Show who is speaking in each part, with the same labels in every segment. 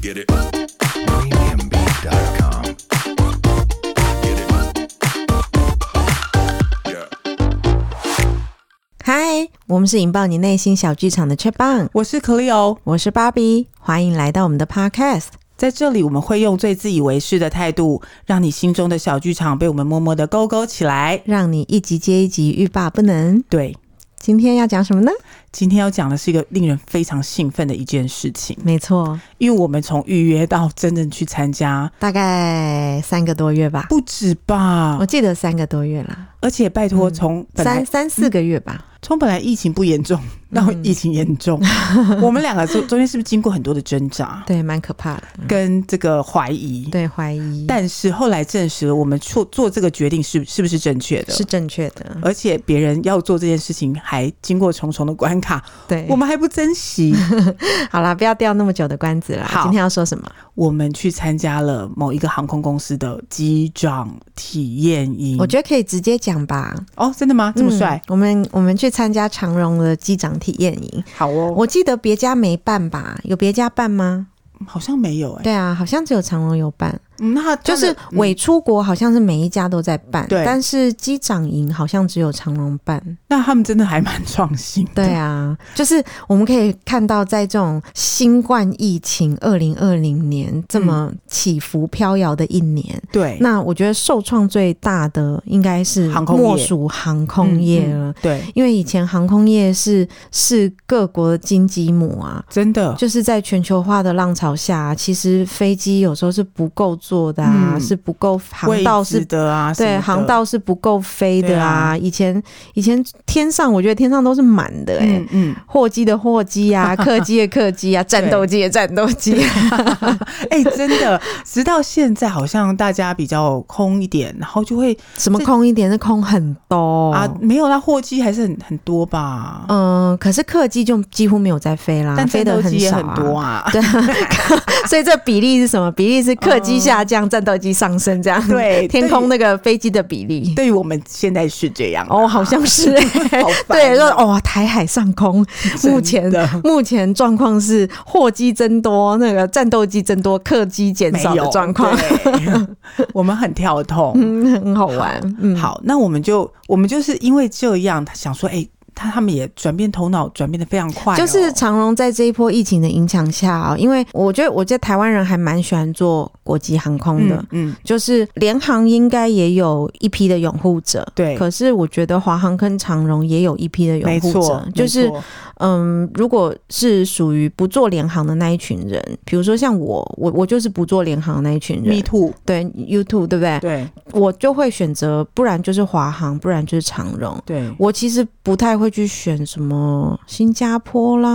Speaker 1: Get it. Premiumbeat.com. Get it. Yeah.
Speaker 2: 嗨，我们是引爆你内心小剧场的 c h e p n
Speaker 3: 我是 Cleo，
Speaker 2: 我是芭比，欢迎来到我们的 Podcast。
Speaker 3: 在这里我们会用最自以为是的态度，让你心中的小剧场被我们默默的勾勾起来。
Speaker 2: 让你一集接一集欲罢不能。
Speaker 3: 对，
Speaker 2: 今天要讲什么呢？
Speaker 3: 今天要讲的是一个令人非常兴奋的一件事情，
Speaker 2: 没错，
Speaker 3: 因为我们从预约到真正去参加，
Speaker 2: 大概三个多月吧，
Speaker 3: 不止吧
Speaker 2: 我，记得三个多月啦，
Speaker 3: 而且拜托，从本来嗯
Speaker 2: 三嗯三四个月吧。
Speaker 3: 从本来疫情不严重到疫情严 重，我们两个中中间是不是经过很多的挣扎
Speaker 2: 对，蛮可怕的。
Speaker 3: 跟这个怀疑？
Speaker 2: 对，怀疑
Speaker 3: 但是后来证实了，我们做做这个决定是是不是正确的？
Speaker 2: 是正确的。
Speaker 3: 而且别人要做这件事情，还经过重重的关卡，
Speaker 2: 对，
Speaker 3: 我们还不珍惜。
Speaker 2: 好啦，不要掉那么久的关子啦。
Speaker 3: 好
Speaker 2: 今天要说什么？
Speaker 3: 我们去参加了某一个航空公司的机长体验营。
Speaker 2: 我觉得可以直接讲吧。
Speaker 3: 哦，真的吗？嗯这么帅？
Speaker 2: 嗯我们我们去参加长荣的机长体验营，
Speaker 3: 好哦，
Speaker 2: 我记得别家没办吧？有别家办吗？
Speaker 3: 好像没有哎、
Speaker 2: 对啊，好像只有长荣有办，
Speaker 3: 嗯，那他
Speaker 2: 就是
Speaker 3: 他的嗯
Speaker 2: 伪出国好像是每一家都在办，
Speaker 3: 对
Speaker 2: 但是机长营好像只有长荣办。
Speaker 3: 那他们真的还蛮创新的。
Speaker 2: 对啊，就是我们可以看到，在这种新冠疫情二零二零年这么
Speaker 3: 嗯
Speaker 2: 起伏飘摇的一年，
Speaker 3: 对，嗯
Speaker 2: 那我觉得受创最大的应该是
Speaker 3: 航空业嗯
Speaker 2: 莫属航空业了。
Speaker 3: 对，
Speaker 2: 因为以前航空业是是各国的金鸡母啊，
Speaker 3: 真的
Speaker 2: 就是在全球化的浪潮下、其实飞机有时候是不够坐的啊，
Speaker 3: 嗯
Speaker 2: 是不够航道
Speaker 3: 位
Speaker 2: 是
Speaker 3: 置。的啊，什么
Speaker 2: 对，
Speaker 3: 的
Speaker 2: 航。道是不够飞的啊！
Speaker 3: 对啊
Speaker 2: 以前以前天上，我觉得天上都是满的哎、
Speaker 3: 嗯嗯，
Speaker 2: 货机的货机 啊，客机的客机啊，战斗机的战斗机、啊
Speaker 3: 哎、真的，直到现在好像大家比较空一点，然后就会
Speaker 2: 什么空一点是空很多
Speaker 3: 啊，没有啦，货机还是很很多吧，
Speaker 2: 嗯，可是客机就几乎没有在飞啦，
Speaker 3: 但
Speaker 2: 飞
Speaker 3: 战
Speaker 2: 的
Speaker 3: 斗机也
Speaker 2: 少、
Speaker 3: 很
Speaker 2: 啊、
Speaker 3: 多啊。
Speaker 2: 对，所以这比例是什么？比例是客机下降，战斗机上升，这样
Speaker 3: 嗯对
Speaker 2: 天空那
Speaker 3: 对
Speaker 2: 个飞机的比例。
Speaker 3: 对于我们现在是这样啊
Speaker 2: 哦，好像是、欸，
Speaker 3: 好 烦
Speaker 2: 对，
Speaker 3: 哦
Speaker 2: 说哦，台海上空
Speaker 3: 真的
Speaker 2: 目前目前状况是货机增多，那个战斗机增多，客机减
Speaker 3: 没
Speaker 2: 少的
Speaker 3: 有
Speaker 2: 状况，，
Speaker 3: 对 我们很跳痛。
Speaker 2: 嗯，很好玩，嗯，
Speaker 3: 好，那我们就我们就是因为这样，他想说，哎、他他们也转变头脑，转变的非常快哦、
Speaker 2: 就是长荣在这一波疫情的影响下啊、因为我觉得，我觉得台湾人还蛮喜欢做国际航空的，
Speaker 3: 嗯嗯，
Speaker 2: 就是联航应该也有一批的拥护者，
Speaker 3: 对
Speaker 2: 可是我觉得华航跟长荣也有一批的拥
Speaker 3: 没
Speaker 2: 护
Speaker 3: 错
Speaker 2: 者，，就是
Speaker 3: 没错
Speaker 2: 嗯，如果是属于不做联航的那一群人，比如说像我，我我就是不做联航的那一群
Speaker 3: me
Speaker 2: 人，
Speaker 3: too，
Speaker 2: 对 YouTube 对不对？
Speaker 3: 对
Speaker 2: 我就会选择，不然就是华航，不然就是长荣。
Speaker 3: 对，
Speaker 2: 我其实不太会去选什么新加坡啦、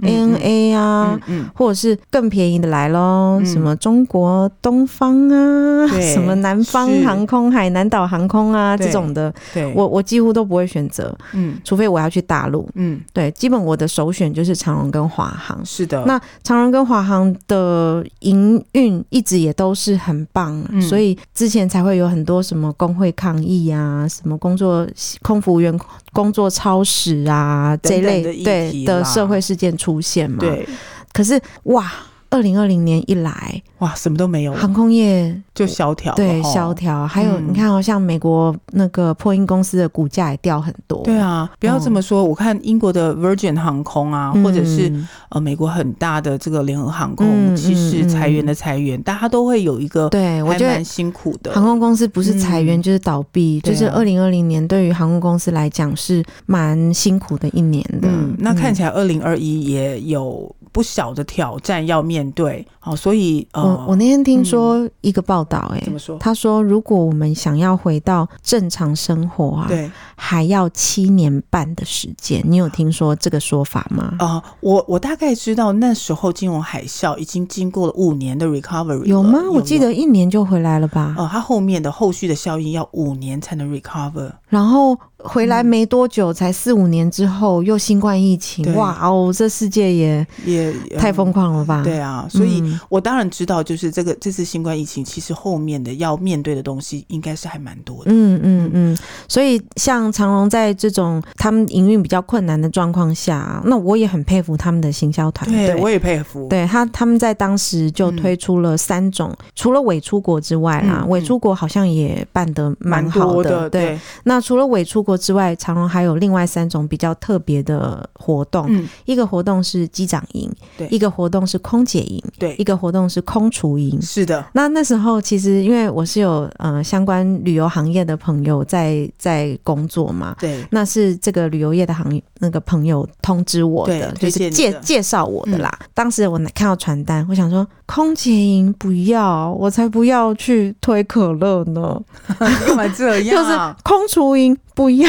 Speaker 3: 嗯
Speaker 2: ANA 啊，
Speaker 3: 嗯嗯，
Speaker 2: 或者是更便宜的来喽，
Speaker 3: 嗯
Speaker 2: 什么中国东方啊，
Speaker 3: 对
Speaker 2: 什么南方
Speaker 3: 是
Speaker 2: 航空、海南岛航空啊
Speaker 3: 对
Speaker 2: 这种的，
Speaker 3: 对，
Speaker 2: 我我几乎都不会选择，
Speaker 3: 嗯
Speaker 2: 除非我要去大陆。
Speaker 3: 嗯
Speaker 2: 对，基本我的首选就是长荣跟华航。
Speaker 3: 是的，
Speaker 2: 那长荣跟华航的营运一直也都是很棒、啊
Speaker 3: 嗯
Speaker 2: 所以之前才会有很多什么工会抗议啊，什么工作空服员工作超时啊这一类
Speaker 3: 等等的议
Speaker 2: 对
Speaker 3: 题
Speaker 2: 的
Speaker 3: 啦
Speaker 2: 社会事件出现嘛。
Speaker 3: 对
Speaker 2: 可是哇，二零二零年一来，
Speaker 3: 哇，什么都没有，
Speaker 2: 航空业
Speaker 3: 就萧条了，
Speaker 2: 对
Speaker 3: 吼
Speaker 2: 萧。条，还有
Speaker 3: 嗯
Speaker 2: 你看哦，像美国那个破音公司的股价也掉很多，
Speaker 3: 对啊，不要这
Speaker 2: 嗯
Speaker 3: 么说。我看英国的 Virgin 航空啊，
Speaker 2: 嗯，
Speaker 3: 或者是呃美国很大的这个联合航
Speaker 2: 嗯
Speaker 3: 空，
Speaker 2: 嗯
Speaker 3: 其实
Speaker 2: 嗯
Speaker 3: 裁员的裁员，大家都会有一个
Speaker 2: 对，我
Speaker 3: 还
Speaker 2: 觉得
Speaker 3: 蛮辛苦的
Speaker 2: 航空公司不是裁员
Speaker 3: 嗯
Speaker 2: 就是倒闭，
Speaker 3: 对
Speaker 2: 就
Speaker 3: 啊
Speaker 2: 是二零二零年对于航空公司来讲是蛮辛苦的一年的。
Speaker 3: 嗯，那看
Speaker 2: 来。
Speaker 3: 起来二零二一也有不小的挑战要面对，好、所以呃，
Speaker 2: 嗯我我那天听说一个报道、欸，
Speaker 3: 嗯怎么说？
Speaker 2: 他说如果我们想要回到正常生活啊，
Speaker 3: 对
Speaker 2: 还要七年半的时间。你有听说这个说法吗？
Speaker 3: 啊、呃我我大概知道那时候金融海啸已经经过了五年的 recovery，了
Speaker 2: 有吗？
Speaker 3: 有
Speaker 2: 我记
Speaker 3: 有呃
Speaker 2: 得一年就回来了吧。
Speaker 3: 哦，它后面的后续的效应要五年才能 recover。
Speaker 2: 然后回来没多久，才四五年之后又新冠疫情
Speaker 3: 对，
Speaker 2: 哇哦，这世界也
Speaker 3: 也呃
Speaker 2: 太疯狂了吧？
Speaker 3: 对啊，所以
Speaker 2: 嗯
Speaker 3: 我当然知道，就是这个这次新冠疫情，其实后面的要面对的东西应该是还蛮多的。
Speaker 2: 嗯嗯嗯，所以像长隆在这种他们营运比较困难的状况下，那我也很佩服他们的行销团队。
Speaker 3: 对，我也佩服。
Speaker 2: 嗯对他，他们在当时就推出了三种，除了伪出国之外啦，
Speaker 3: 嗯嗯嗯
Speaker 2: 伪出国好像也办得蛮好
Speaker 3: 多的，
Speaker 2: 对，
Speaker 3: 对，
Speaker 2: 那除了伪出国之外，长荣还有另外三种比较特别的活动，
Speaker 3: 嗯，
Speaker 2: 一个活动是机长营
Speaker 3: 对，
Speaker 2: 一个活动是空姐营，
Speaker 3: 对
Speaker 2: 一，个活动是空厨营。
Speaker 3: 是的，
Speaker 2: 那那时候其实因为我是有呃相关旅游行业的朋友在在工作嘛，
Speaker 3: 对，
Speaker 2: 那是这个旅游业的行业那个朋友通知我的，
Speaker 3: 对
Speaker 2: 就
Speaker 3: 推
Speaker 2: 是
Speaker 3: 荐你
Speaker 2: 介
Speaker 3: 的嗯
Speaker 2: 介绍我的啦。当时我拿看到传单，我想说空姐营不要，我才不要去推可乐呢，
Speaker 3: 干嘛这
Speaker 2: 就是
Speaker 3: 样？
Speaker 2: 空厨营不要。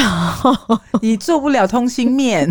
Speaker 3: 你做不了通心 面，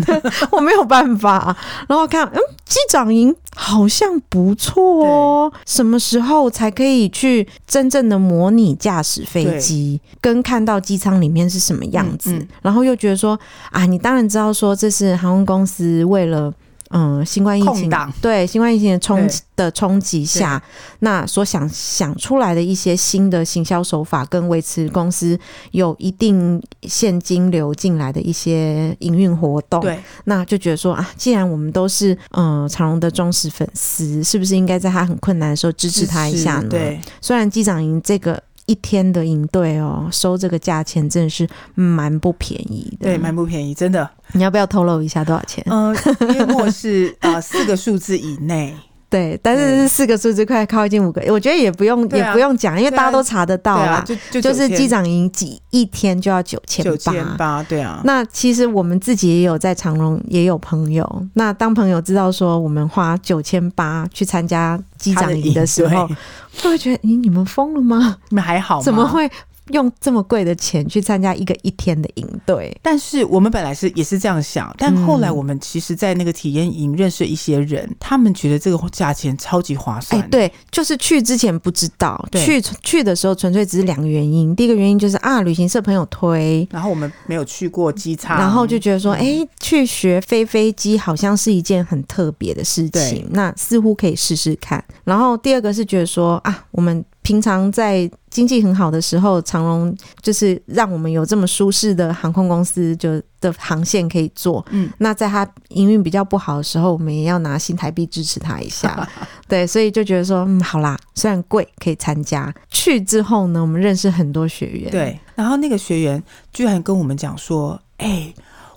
Speaker 2: 我没有办法。然后看，嗯，机长营好像不错哦。什么时候才可以去真正的模拟驾驶飞机，跟看到机舱里面是什么样子？
Speaker 3: 嗯嗯
Speaker 2: 然后又觉得说，啊，你当然知道说这是航空公司为了。嗯，新冠疫
Speaker 3: 空
Speaker 2: 情
Speaker 3: 档
Speaker 2: 对新冠疫情的冲
Speaker 3: 对
Speaker 2: 的冲击下，那所想想出来的一些新的行销手法，跟维持公司有一定现金流进来的一些营运活动，
Speaker 3: 对，
Speaker 2: 那就觉得说啊，既然我们都是嗯、呃长荣的忠实粉丝，是不是应该在他很困难的时候支持他一下呢？
Speaker 3: 对，
Speaker 2: 虽然机长营这个一天的营队哦，收这个价钱真的是蛮不便宜的。
Speaker 3: 对，蛮不便宜，真的。
Speaker 2: 你要不要透露一下多少钱？
Speaker 3: 嗯，月末是呃四个数字以内，
Speaker 2: 对，但是
Speaker 3: 对
Speaker 2: 是四个数字快靠近五个，我觉得也不用、
Speaker 3: 对啊
Speaker 2: 也不用讲，因为
Speaker 3: 对啊
Speaker 2: 大家都查得
Speaker 3: 对
Speaker 2: 到
Speaker 3: 啊
Speaker 2: 啦。，
Speaker 3: 就就
Speaker 2: 就是机长营几一天就要九千
Speaker 3: 九
Speaker 2: 八，
Speaker 3: 千八，对啊，
Speaker 2: 那其实我们自己也有在长隆也有朋友，那当朋友知道说我们花九千八去参加机
Speaker 3: 他
Speaker 2: 长营的时候
Speaker 3: 对，
Speaker 2: 就会觉得你你们疯了吗？
Speaker 3: 你们还好吗？
Speaker 2: 怎么？会用这么贵的钱去参加一个一天的营队？
Speaker 3: 但是我们本来是也是这样想，但后来
Speaker 2: 嗯
Speaker 3: 我们其实，在那个体验营认识一些人，他们觉得这个价钱超级划
Speaker 2: 哎、
Speaker 3: 算。，
Speaker 2: 对，就是去之前不知道，
Speaker 3: 对
Speaker 2: 去去的时候纯粹只是两个原因，第一个原因就是啊，旅行社朋友推。
Speaker 3: 然后我们没有去过机场，
Speaker 2: 然后就觉得说，哎、
Speaker 3: 嗯
Speaker 2: 去学飞飞机好像是一件很特别的事
Speaker 3: 对
Speaker 2: 情，那似乎可以试试看。然后第二个是觉得说，啊，我们平常在经济很好的时候，长荣就是让我们有这么舒适的航空公司就的航线可以做。
Speaker 3: 嗯，
Speaker 2: 那在它营运比较不好的时候，我们也要拿新台币支持它一下。 对，所以就觉得说，嗯，好啦，虽然贵，可以参加。去之后呢，我们认识很多学员。，
Speaker 3: 对，然后那个学员居然跟我们讲说：“哎、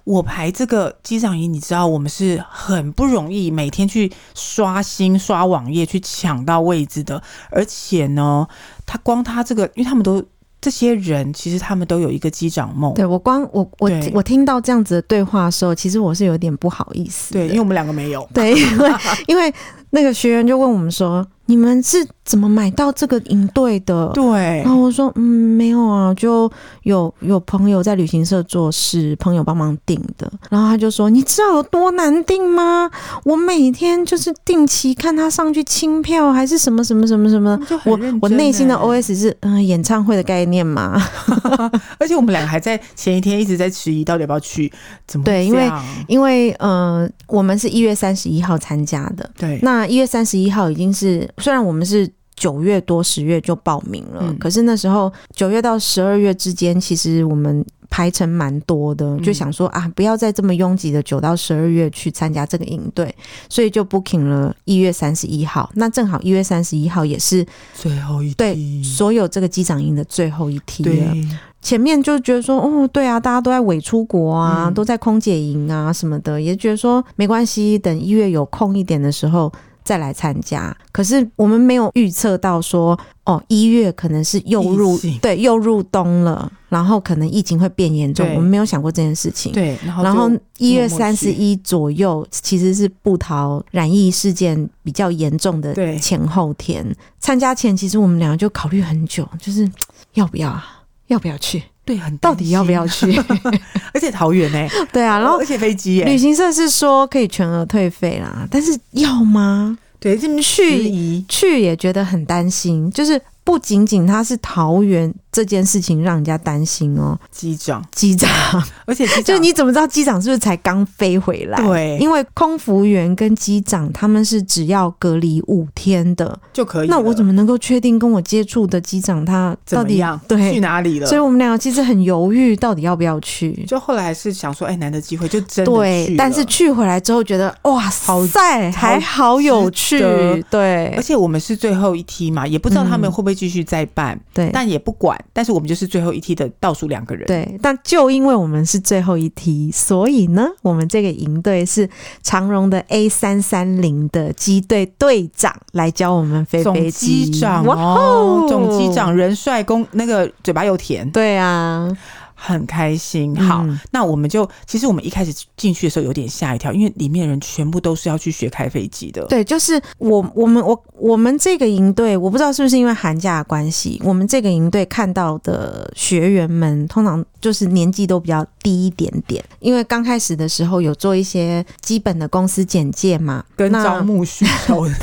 Speaker 3: 我排这个机长营，你知道我们是很不容易，每天去刷新刷网页去抢到位置的。而且呢，他光他这个，因为他们都这些人，其实他们都有一个机长梦。”
Speaker 2: 对我光我我
Speaker 3: 对
Speaker 2: 我听到这样子的对话的时候，其实我是有点不好意思
Speaker 3: 对，
Speaker 2: 的。
Speaker 3: 因为我们两个没有。
Speaker 2: 对，因为因为那个学员就问我们说：“你们是怎么买到这个营队的？”
Speaker 3: 对
Speaker 2: 然，后我说：“嗯，没有啊，就有有朋友在旅行社做事，朋友帮忙订的。”然后他就说：“你知道有多难订吗？我每天就是定期看他上去清票，还是什么什么什么什么。”
Speaker 3: 就很
Speaker 2: 我
Speaker 3: 认
Speaker 2: 我
Speaker 3: 真
Speaker 2: 内心的
Speaker 3: 欸
Speaker 2: OS 是，嗯、演唱会的概念嘛，
Speaker 3: 而且我们两个还在前一天一直在迟疑，到底要不要去？怎么会啊
Speaker 2: 对因为
Speaker 3: 这样
Speaker 2: 因为呃，我们是一月三十一号参加的，
Speaker 3: 对
Speaker 2: 那一月三十一号已经是，虽然我们是九月多十月就报名了，
Speaker 3: 嗯
Speaker 2: 可是那时候九月到十二月之间，其实我们排程蛮多的，
Speaker 3: 嗯
Speaker 2: 就想说啊，不要再这么拥挤的九到十二月去参加这个营队，所以就 booking 了一月三十一号。那正好一月三十一号也是
Speaker 3: 最后一
Speaker 2: 对
Speaker 3: 题
Speaker 2: 所有这个机长营的最后一梯
Speaker 3: 嗯对
Speaker 2: 了。前面就觉得说，哦，对啊，大家都在伪出国啊，
Speaker 3: 嗯
Speaker 2: 都在空姐营啊什么的，也觉得说没关系，等一月有空一点的时候再来参加。可是我们没有预测到说，哦，一月可能是又入
Speaker 3: 疫情
Speaker 2: 对又入冬了，然后可能疫情会变严重，
Speaker 3: 对
Speaker 2: 我们没有想过这件事情。
Speaker 3: 对，然后
Speaker 2: 然后
Speaker 3: 就
Speaker 2: 一
Speaker 3: 默
Speaker 2: 月
Speaker 3: 默
Speaker 2: 三
Speaker 3: 去
Speaker 2: 十一左右，其实是布桃染疫事件比较严重的
Speaker 3: 对
Speaker 2: 前后天。参加前，其实我们两个就考虑很久，就是嘖要不要啊，要不要去，
Speaker 3: 对很
Speaker 2: 到底要不要
Speaker 3: 去？
Speaker 2: 去？
Speaker 3: 而且桃园 呢、欸
Speaker 2: 对 啊，然后
Speaker 3: 而且飞机耶、欸
Speaker 2: 旅行社是说可以全额退费啦，但是要吗？
Speaker 3: 对，这么
Speaker 2: 去
Speaker 3: 迟疑，
Speaker 2: 去也觉得很担心，就是不仅仅它是桃园这件事情让人家担心哦，
Speaker 3: 机长，
Speaker 2: 机长，
Speaker 3: 而且机
Speaker 2: 就
Speaker 3: 长
Speaker 2: 你怎么知道机长是不是才刚飞回来？
Speaker 3: 对
Speaker 2: 因为空服员跟机长他们是只要隔离五天的，
Speaker 3: 就可以了，
Speaker 2: 那我怎么能够确定跟我接触的机长他
Speaker 3: 怎
Speaker 2: 到
Speaker 3: 么
Speaker 2: 底
Speaker 3: 样？去
Speaker 2: 对？
Speaker 3: 哪里了？
Speaker 2: 所以我们两个其实很犹豫，到底要不要去。
Speaker 3: 就后来是想说，哎，难得机会就真的去
Speaker 2: 对，
Speaker 3: 了
Speaker 2: 但是去回来之后觉得哇
Speaker 3: 好
Speaker 2: 塞，还好有趣
Speaker 3: 值得，
Speaker 2: 对
Speaker 3: 而且我们是最后一梯嘛，也不知道他们
Speaker 2: 嗯
Speaker 3: 会不会继续再办，
Speaker 2: 对
Speaker 3: 但也不管。但是我们就是最后一梯的倒数两个人，
Speaker 2: 对。但就因为我们是最后一题，所以呢，我们这个营队是长荣的 A 三三零的机队队长来教我们飞
Speaker 3: 总
Speaker 2: 飞机。
Speaker 3: 机长
Speaker 2: 哇
Speaker 3: 哦
Speaker 2: 哦，
Speaker 3: 总机长人帅公，那个嘴巴又甜，
Speaker 2: 对啊，
Speaker 3: 很开心。好，
Speaker 2: 嗯
Speaker 3: 那我们就其实我们一开始进去的时候有点吓一跳，因为里面的人全部都是要去学开飞机的。
Speaker 2: 对，就是我我们我我们这个营队，我不知道是不是因为寒假的关系，我们这个营队看到的学员们，通常就是年纪都比较低一点点，因为刚开始的时候有做一些基本的公司简介嘛，
Speaker 3: 跟
Speaker 2: 那
Speaker 3: 招募需求 的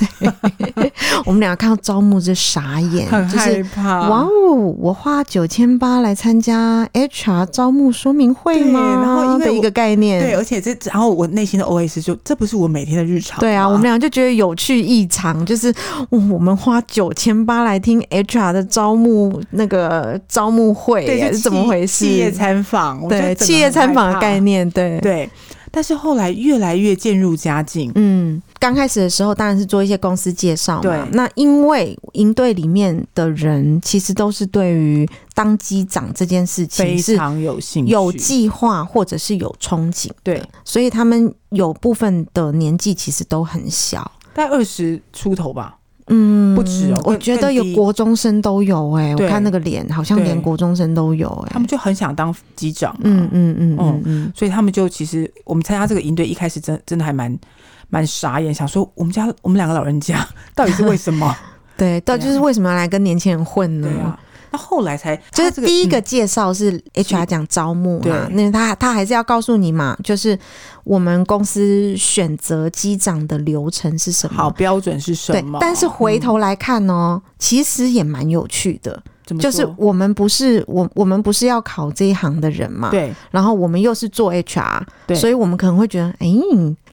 Speaker 2: 我们俩看到招募就傻眼，
Speaker 3: 很
Speaker 2: 就
Speaker 3: 害
Speaker 2: 是。
Speaker 3: 怕，
Speaker 2: 哇哦！我花九千八来参加 HR 招募说明会
Speaker 3: 对
Speaker 2: 吗？
Speaker 3: 然后因为
Speaker 2: 的
Speaker 3: 我
Speaker 2: 一个概念，
Speaker 3: 对，而且这然后我内心的 OS 就这不是我每天的日常吗，
Speaker 2: 对啊，我们俩就觉得有趣异常，就是、哦我们花九千八来听 HR 的招募那个招募会
Speaker 3: 对，
Speaker 2: 耶，
Speaker 3: 就是
Speaker 2: 怎么
Speaker 3: 企
Speaker 2: 回事？
Speaker 3: 企业参访，我觉
Speaker 2: 对
Speaker 3: 得整个
Speaker 2: 企业
Speaker 3: 很
Speaker 2: 参访
Speaker 3: 害
Speaker 2: 的概
Speaker 3: 怕，
Speaker 2: 念，对。
Speaker 3: 对。但是后来越来越渐入佳境，
Speaker 2: 嗯，刚开始的时候当然是做一些公司介绍嘛。
Speaker 3: 对
Speaker 2: 那因为营队里面的人其实都是对于当机长这件事
Speaker 3: 非
Speaker 2: 情是
Speaker 3: 常有兴趣，
Speaker 2: 有计划或者是有憧憬的，
Speaker 3: 对，
Speaker 2: 所以他们有部分的年纪其实都很小。
Speaker 3: 大概二十出头吧，
Speaker 2: 嗯，
Speaker 3: 不止哦
Speaker 2: 我
Speaker 3: 更
Speaker 2: 觉得
Speaker 3: 更
Speaker 2: 有
Speaker 3: 低
Speaker 2: 国中生都有哎、
Speaker 3: 对
Speaker 2: 我看那个脸好像连
Speaker 3: 对
Speaker 2: 国中生都有哎、
Speaker 3: 他们就很想当机长、
Speaker 2: 嗯，嗯嗯
Speaker 3: 哦
Speaker 2: 嗯嗯，
Speaker 3: 所以他们就其实我们参加这个营队一开始真真的还蛮蛮傻眼，想说我们家我们两个老人家 到底是为什 么？
Speaker 2: 对，到
Speaker 3: 对啊
Speaker 2: 就是为什么要来跟年轻人混呢
Speaker 3: 对？啊，那后来才
Speaker 2: 嗯就是
Speaker 3: 他这个
Speaker 2: 第一个
Speaker 3: 嗯
Speaker 2: 介绍是 HR 讲招募嘛
Speaker 3: 对，
Speaker 2: 那他他还是要告诉你嘛，就是我们公司选择机长的流程是什么？
Speaker 3: 好标准是
Speaker 2: 对
Speaker 3: 什么？，嗯
Speaker 2: 但是回头来看哦，其实也蛮有趣的，
Speaker 3: 怎么
Speaker 2: 就是
Speaker 3: 说
Speaker 2: 我们不是我我们不是要考这一行的人嘛，
Speaker 3: 对
Speaker 2: 然后我们又是做 HR，
Speaker 3: 对
Speaker 2: 所以我们可能会觉得，哎、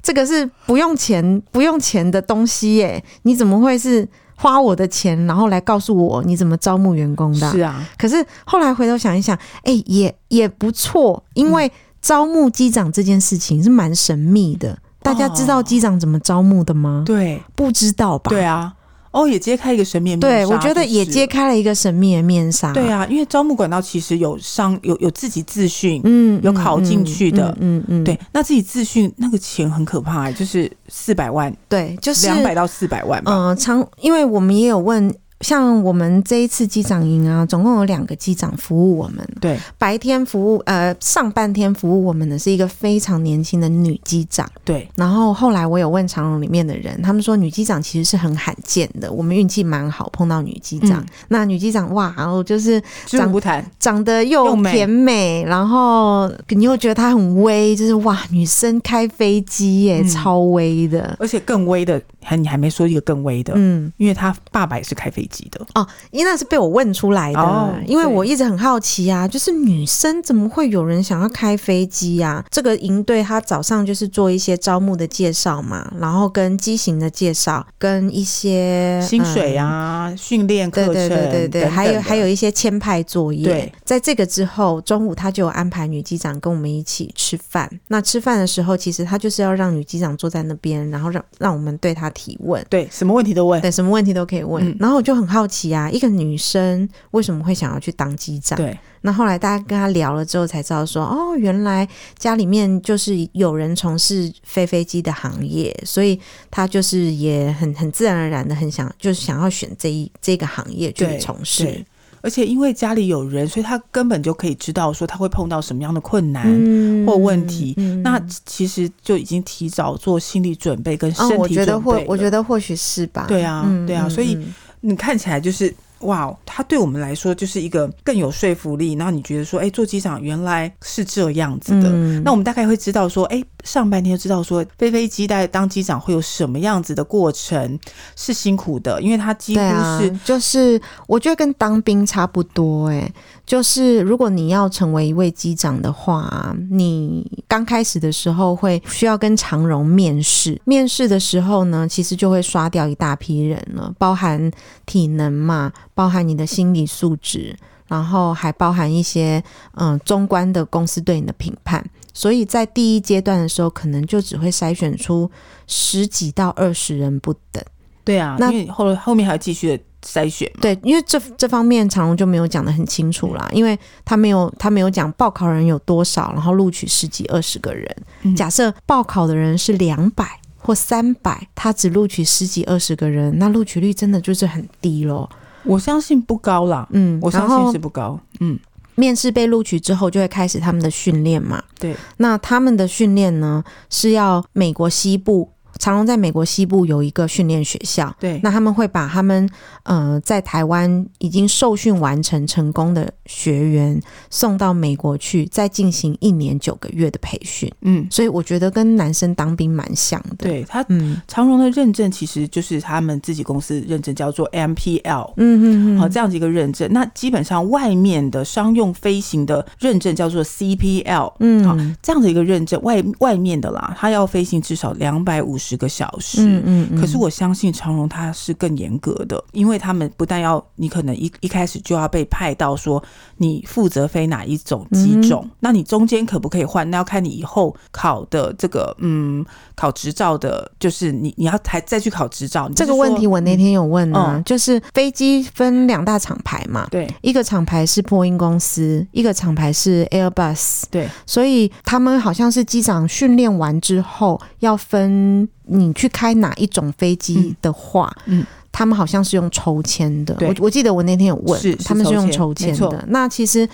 Speaker 2: 这个是不用钱不用钱的东西耶，你怎么会是花我的钱，然后来告诉我你怎么招募员工的啊、
Speaker 3: 是啊，
Speaker 2: 可是后来回头想一想，哎、也也不错，因为招募机长这件事情是蛮神秘的。大家知道机长怎么招募的吗？
Speaker 3: 对
Speaker 2: 不知道吧？
Speaker 3: 哦对啊，哦，也揭开一个神秘的面
Speaker 2: 对，
Speaker 3: 纱
Speaker 2: 我觉得也揭。
Speaker 3: 就是
Speaker 2: 开了一个神秘的面纱。
Speaker 3: 对啊，因为招募管道其实有商有有自己自训，
Speaker 2: 嗯，嗯，
Speaker 3: 有考进
Speaker 2: 嗯
Speaker 3: 去的
Speaker 2: 嗯嗯，嗯
Speaker 3: 对，那自己自训那个钱很可怕、就是四百万，
Speaker 2: 对，就是
Speaker 3: 两百到四百万吧。
Speaker 2: 嗯、长，因为我们也有问，像我们这一次机长营啊，总共有两个机长服务我们，
Speaker 3: 对，
Speaker 2: 白天服务呃上半天服务我们的是一个非常年轻的女机长，
Speaker 3: 对，
Speaker 2: 然后后来我有问长荣里面的人，他们说女机长其实是很罕见的，我们运气蛮好碰到女机长，
Speaker 3: 嗯
Speaker 2: 那女机长哇，然后就是
Speaker 3: 知无不谈，
Speaker 2: 长得
Speaker 3: 又
Speaker 2: 又
Speaker 3: 美
Speaker 2: 甜美，然后你又觉得她很威，就是哇，女生开飞机耶，
Speaker 3: 嗯
Speaker 2: 超威的，
Speaker 3: 而且更威的，还你还没说一个更威的，
Speaker 2: 嗯。
Speaker 3: 因为他爸爸也是开飞机的，
Speaker 2: 哦，因为那是被我问出来的，
Speaker 3: 哦
Speaker 2: 因为
Speaker 3: 对
Speaker 2: 我一直很好奇啊，就是女生怎么会有人想要开飞机啊？这个营队他早上就是做一些招募的介绍嘛，然后跟机型的介绍，跟一些
Speaker 3: 薪水、
Speaker 2: 嗯
Speaker 3: 啊、训练课
Speaker 2: 对对
Speaker 3: 程
Speaker 2: 对对对，
Speaker 3: 等等
Speaker 2: 还有
Speaker 3: 的
Speaker 2: 还有一些签派作业
Speaker 3: 对。
Speaker 2: 在这个之后，中午他就有安排女机长跟我们一起吃饭。那吃饭的时候，其实他就是要让女机长坐在那边，然后让让我们对她提问。
Speaker 3: 对什么问题都问，
Speaker 2: 对，什么问题都可以问。
Speaker 3: 嗯
Speaker 2: 然后我就很好奇啊，一个女生为什么会想要去当机长？
Speaker 3: 对
Speaker 2: 那后来大家跟她聊了之后才知道说，哦，原来家里面就是有人从事飞飞机的行业，所以她就是也很很自然而然的很想，就是想要选这一这个行业去
Speaker 3: 对
Speaker 2: 从事
Speaker 3: 对。。而且因为家里有人，所以他根本就可以知道说他会碰到什么样的困难。
Speaker 2: 嗯
Speaker 3: 哎或问题
Speaker 2: 嗯
Speaker 3: 那其实就已经提早做心理准备跟身
Speaker 2: 嗯，
Speaker 3: 体
Speaker 2: 我觉
Speaker 3: 准备了、
Speaker 2: 得或我觉得或许是吧。
Speaker 3: 对啊
Speaker 2: 嗯
Speaker 3: 对啊所以
Speaker 2: 嗯嗯
Speaker 3: 你看起来就是哇，他对我们来说就是一个更有说服力。然后你觉得说，哎、做机长原来是这样子的，
Speaker 2: 嗯
Speaker 3: 那我们大概会知道说，哎、上半天就知道说飞飞机在当机长会有什么样子的过程，是辛苦的，因为他几乎
Speaker 2: 对啊
Speaker 3: 是，
Speaker 2: 就是我觉得跟当兵差不多、欸，就是如果你要成为一位机长的话，啊你刚开始的时候会需要跟长荣面试，面试的时候呢，其实就会刷掉一大批人了，包含体能嘛，包含你的心理素质，然后还包含一些嗯、呃中观的公司对你的评判。所以在第一阶段的时候，可能就只会筛选出十几到二十人不等。
Speaker 3: 对啊，
Speaker 2: 那
Speaker 3: 因为后后面还有继续的筛选嘛，
Speaker 2: 对，因为这这方面长荣就没有讲的很清楚
Speaker 3: 嗯
Speaker 2: 啦，因为他没有他没有讲报考人有多少，然后录取十几二十个人。
Speaker 3: 嗯
Speaker 2: 假设报考的人是两百或三百，他只录取十几二十个人，那录取率真的就是很低咯。
Speaker 3: 我相信不高啦，
Speaker 2: 嗯，
Speaker 3: 我
Speaker 2: 然
Speaker 3: 相
Speaker 2: 后
Speaker 3: 信是不高，嗯，
Speaker 2: 面试被录取之后，就会开始他们的训练嘛。
Speaker 3: 对，
Speaker 2: 那他们的训练呢是要美国西部。长荣在美国西部有一个训练学校，
Speaker 3: 对，
Speaker 2: 那他们会把他们呃在台湾已经受训完成成功的学员送到美国去，再进行一年九个月的培训。
Speaker 3: 嗯，
Speaker 2: 所以我觉得跟男生当兵蛮像的。，
Speaker 3: 对啊他
Speaker 2: 嗯
Speaker 3: 长荣的认证其实就是他们自己公司认证叫做 MPL。
Speaker 2: 嗯嗯
Speaker 3: 好，
Speaker 2: 嗯，
Speaker 3: 这样子一个认证，那基本上外面的商用飞行的认证叫做 CPL，
Speaker 2: 嗯
Speaker 3: 好这样的一个认证，外外面的啦，它要飞行至少两百五十个小时。
Speaker 2: 嗯嗯嗯。
Speaker 3: 可是我相信长荣它是更严格的，因为他们不但要你可能一一开始就要被派到说你负责飞哪一种机种，
Speaker 2: 嗯
Speaker 3: 那你中间可不可以换？那要看你以后考的这个嗯考执照的，就是你你要还再去考执照。你不
Speaker 2: 这
Speaker 3: 是
Speaker 2: 个问
Speaker 3: 说
Speaker 2: 题我那
Speaker 3: 嗯
Speaker 2: 天有问啊，
Speaker 3: 嗯
Speaker 2: 就是飞机分两大厂牌嘛，
Speaker 3: 对
Speaker 2: 一个厂牌是波音公司，一个厂牌是 Airbus。
Speaker 3: 对
Speaker 2: 所以他们好像是机长训练完之后要分你去开哪一种飞机的话，
Speaker 3: 嗯嗯
Speaker 2: 他们好像是用抽签的。
Speaker 3: 对
Speaker 2: 我我记得我那天有问
Speaker 3: 是，是
Speaker 2: 他们是用抽
Speaker 3: 抽签
Speaker 2: 签
Speaker 3: 没
Speaker 2: 的。那其实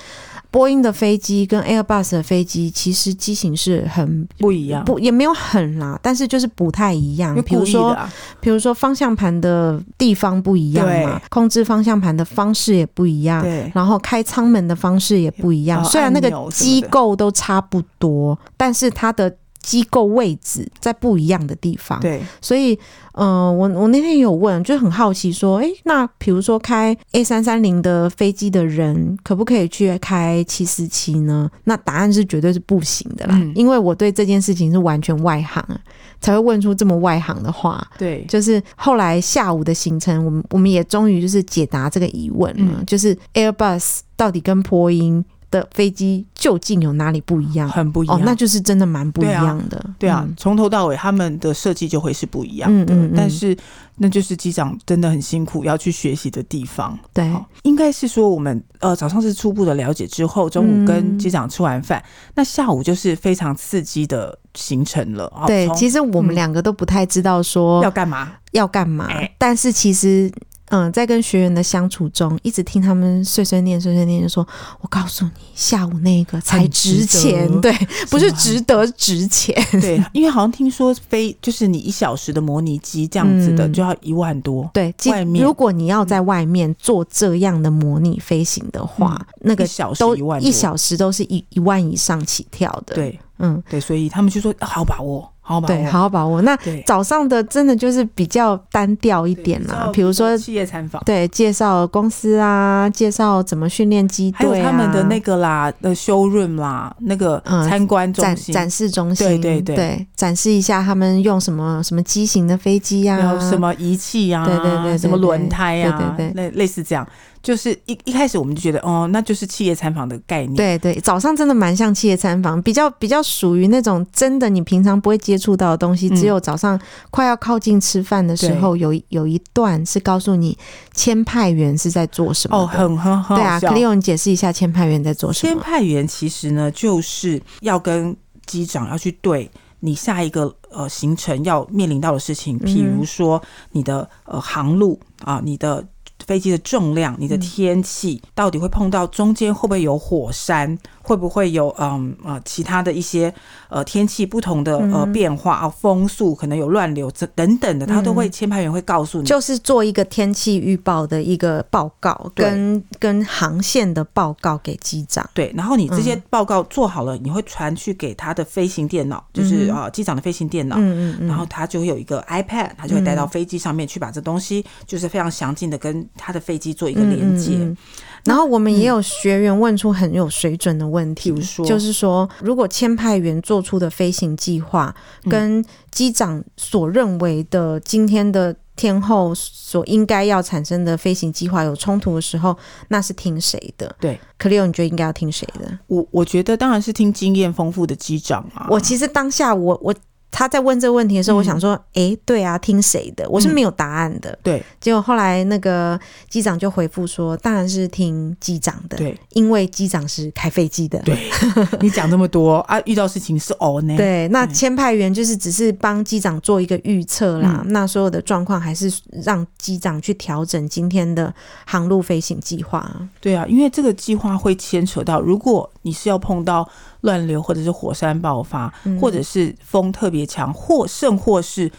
Speaker 2: 波音的飞机跟 Airbus 的飞机其实机型是很
Speaker 3: 不一样，
Speaker 2: 不也没有很啦，但是就是不太一样
Speaker 3: 就。
Speaker 2: 比如
Speaker 3: 故意的
Speaker 2: 说，
Speaker 3: 啊、
Speaker 2: 比如说方向盘的地方不一样嘛
Speaker 3: 对，
Speaker 2: 控制方向盘的方式也不一样。
Speaker 3: 对
Speaker 2: 然后开舱门的方式也不一样，
Speaker 3: 哦
Speaker 2: 虽然那个
Speaker 3: 按钮什么的
Speaker 2: 机构都差不多，但是它的机构位置在不一样的地方。
Speaker 3: 对
Speaker 2: 所以，嗯、我我那天有问，就很好奇说，诶，那比如说开 A 三三零的飞机的人，可不可以去开七四七呢？那答案是绝对是不行的啦，
Speaker 3: 嗯
Speaker 2: 因为我对这件事情是完全外行啊，才会问出这么外行的话。
Speaker 3: 对
Speaker 2: 就是后来下午的行程，我们我们也终于就是解答这个疑问了，
Speaker 3: 嗯
Speaker 2: 就是 Airbus 到底跟波音的飞机究竟有哪里不一样？
Speaker 3: 很不一样。
Speaker 2: 哦，那就是真的蛮不一样的。
Speaker 3: 对啊
Speaker 2: 嗯，
Speaker 3: 从头到尾他们的设计就会是不一样的，
Speaker 2: 嗯嗯嗯
Speaker 3: 啊但是那就是机长真的很辛苦要去学习的地方。
Speaker 2: 对，
Speaker 3: 好，应该是说我们呃早上是初步的了解之后，中午跟
Speaker 2: 嗯
Speaker 3: 机长吃完饭，那下午就是非常刺激的行程了。哦、
Speaker 2: 对，
Speaker 3: 从
Speaker 2: 其实我们
Speaker 3: 嗯
Speaker 2: 两个都不太知道说
Speaker 3: 要干嘛？
Speaker 2: 要干嘛，
Speaker 3: 哎
Speaker 2: 但是其实。嗯，在跟学员的相处中，一直听他们碎碎念、碎碎念，就说：“我告诉你，下午那个才
Speaker 3: 很值
Speaker 2: 值钱，
Speaker 3: 得
Speaker 2: 对，不是
Speaker 3: 很
Speaker 2: 值得值钱。
Speaker 3: 对，因为好像听说飞就是你一小时的模拟机这样子的、
Speaker 2: 嗯
Speaker 3: 就要一万多，
Speaker 2: 对，即
Speaker 3: 外面
Speaker 2: 如果你要在外面做这样的模拟飞行的话，那个
Speaker 3: 嗯一小时
Speaker 2: 都
Speaker 3: 一万多，
Speaker 2: 一小时都是一一万以上起跳的。，
Speaker 3: 对
Speaker 2: 嗯，
Speaker 3: 对，所以他们就说啊好好把握，好好把
Speaker 2: 对，
Speaker 3: 握，
Speaker 2: 好好把握。那
Speaker 3: 对，
Speaker 2: 早上的真的就是比较单调一
Speaker 3: 对
Speaker 2: 点
Speaker 3: 知
Speaker 2: 啦
Speaker 3: 道，
Speaker 2: 比如说
Speaker 3: 企业参访。
Speaker 2: 对介绍公司啊，介绍怎么训练机
Speaker 3: 还有
Speaker 2: 队啊，
Speaker 3: 他们的那个啦，呃，修润啦，那个
Speaker 2: 嗯
Speaker 3: 参观中
Speaker 2: 展
Speaker 3: 心，
Speaker 2: 展示中心，
Speaker 3: 对对对
Speaker 2: 展示一下他们用什么什么机型的飞机呀、
Speaker 3: 然
Speaker 2: 啊，
Speaker 3: 后什么仪器呀、
Speaker 2: 对对对对
Speaker 3: 什么轮胎呀、
Speaker 2: 对对
Speaker 3: 类类似这样，就是一一开始我们就觉得，哦，那就是企业参访的概念，
Speaker 2: 对对，早上真的蛮像企业参访，比较比较属于那种真的你平常不会接触到的东西，
Speaker 3: 嗯
Speaker 2: 只有早上快要靠近吃饭的时候，有一有一段是告诉你签派员是在做什
Speaker 3: 哦，
Speaker 2: 么的。
Speaker 3: 很很很
Speaker 2: 对
Speaker 3: 好
Speaker 2: 啊
Speaker 3: 笑。
Speaker 2: ，Cleo，你解释一下签派员在做什
Speaker 3: 签
Speaker 2: 么？
Speaker 3: 派员其实呢，就是要跟机长要去对你下一个呃行程要面临到的事
Speaker 2: 嗯
Speaker 3: 情，譬如说你的呃航路啊、你的。
Speaker 2: 嗯
Speaker 3: 飞机的重量、你的天气到底会碰到中间会不会有火山，会不会有嗯呃其他的一些呃天气不同的
Speaker 2: 嗯
Speaker 3: 呃变化啊，风速可能有乱流这等等的，他都会签派员会告诉你。
Speaker 2: 就是做一个天气预报的一个报告，
Speaker 3: 对
Speaker 2: 跟跟航线的报告给机长。
Speaker 3: 对，然后你这些
Speaker 2: 嗯
Speaker 3: 报告做好了，你会传去给他的飞行电脑，就是
Speaker 2: 嗯
Speaker 3: 啊、呃机长的飞行电脑，
Speaker 2: 嗯嗯嗯，
Speaker 3: 然后他就会有一个 iPad，他就会带到飞机上面去，把这东西就是非常详尽的跟他的飞机做一个连接。
Speaker 2: 嗯嗯嗯然后我们也有学员问出很有水准的问题，
Speaker 3: 比如嗯说
Speaker 2: 就是说，如果签派员做出的飞行计划
Speaker 3: 嗯
Speaker 2: 跟机长所认为的今天的天后所应该要产生的飞行计划有冲突的时候，那是听谁的？
Speaker 3: 对，
Speaker 2: 克利欧，你觉得应该要听谁的？
Speaker 3: 我我觉得当然是听经验丰富的机长啊，
Speaker 2: 我其实当下我我。他在问这个问题的时候，
Speaker 3: 嗯
Speaker 2: 我想说，诶，对啊，听谁的？我是
Speaker 3: 嗯
Speaker 2: 没有答案的。
Speaker 3: 对
Speaker 2: 结果后来那个机长就回复说，当然是听机长的。
Speaker 3: 对
Speaker 2: 因为机长是开飞机的。
Speaker 3: 对，你讲这么多啊，遇到事情是哦呢，
Speaker 2: 对那
Speaker 3: 对
Speaker 2: 签派员就是只是帮机长做一个预测啦，
Speaker 3: 嗯
Speaker 2: 那所有的状况还是让机长去调整今天的航路飞行计划。
Speaker 3: 对啊，因为这个计划会牵扯到，如果你是要碰到乱流或者是火山爆发，
Speaker 2: 嗯
Speaker 3: 或者是风特别强，或甚或是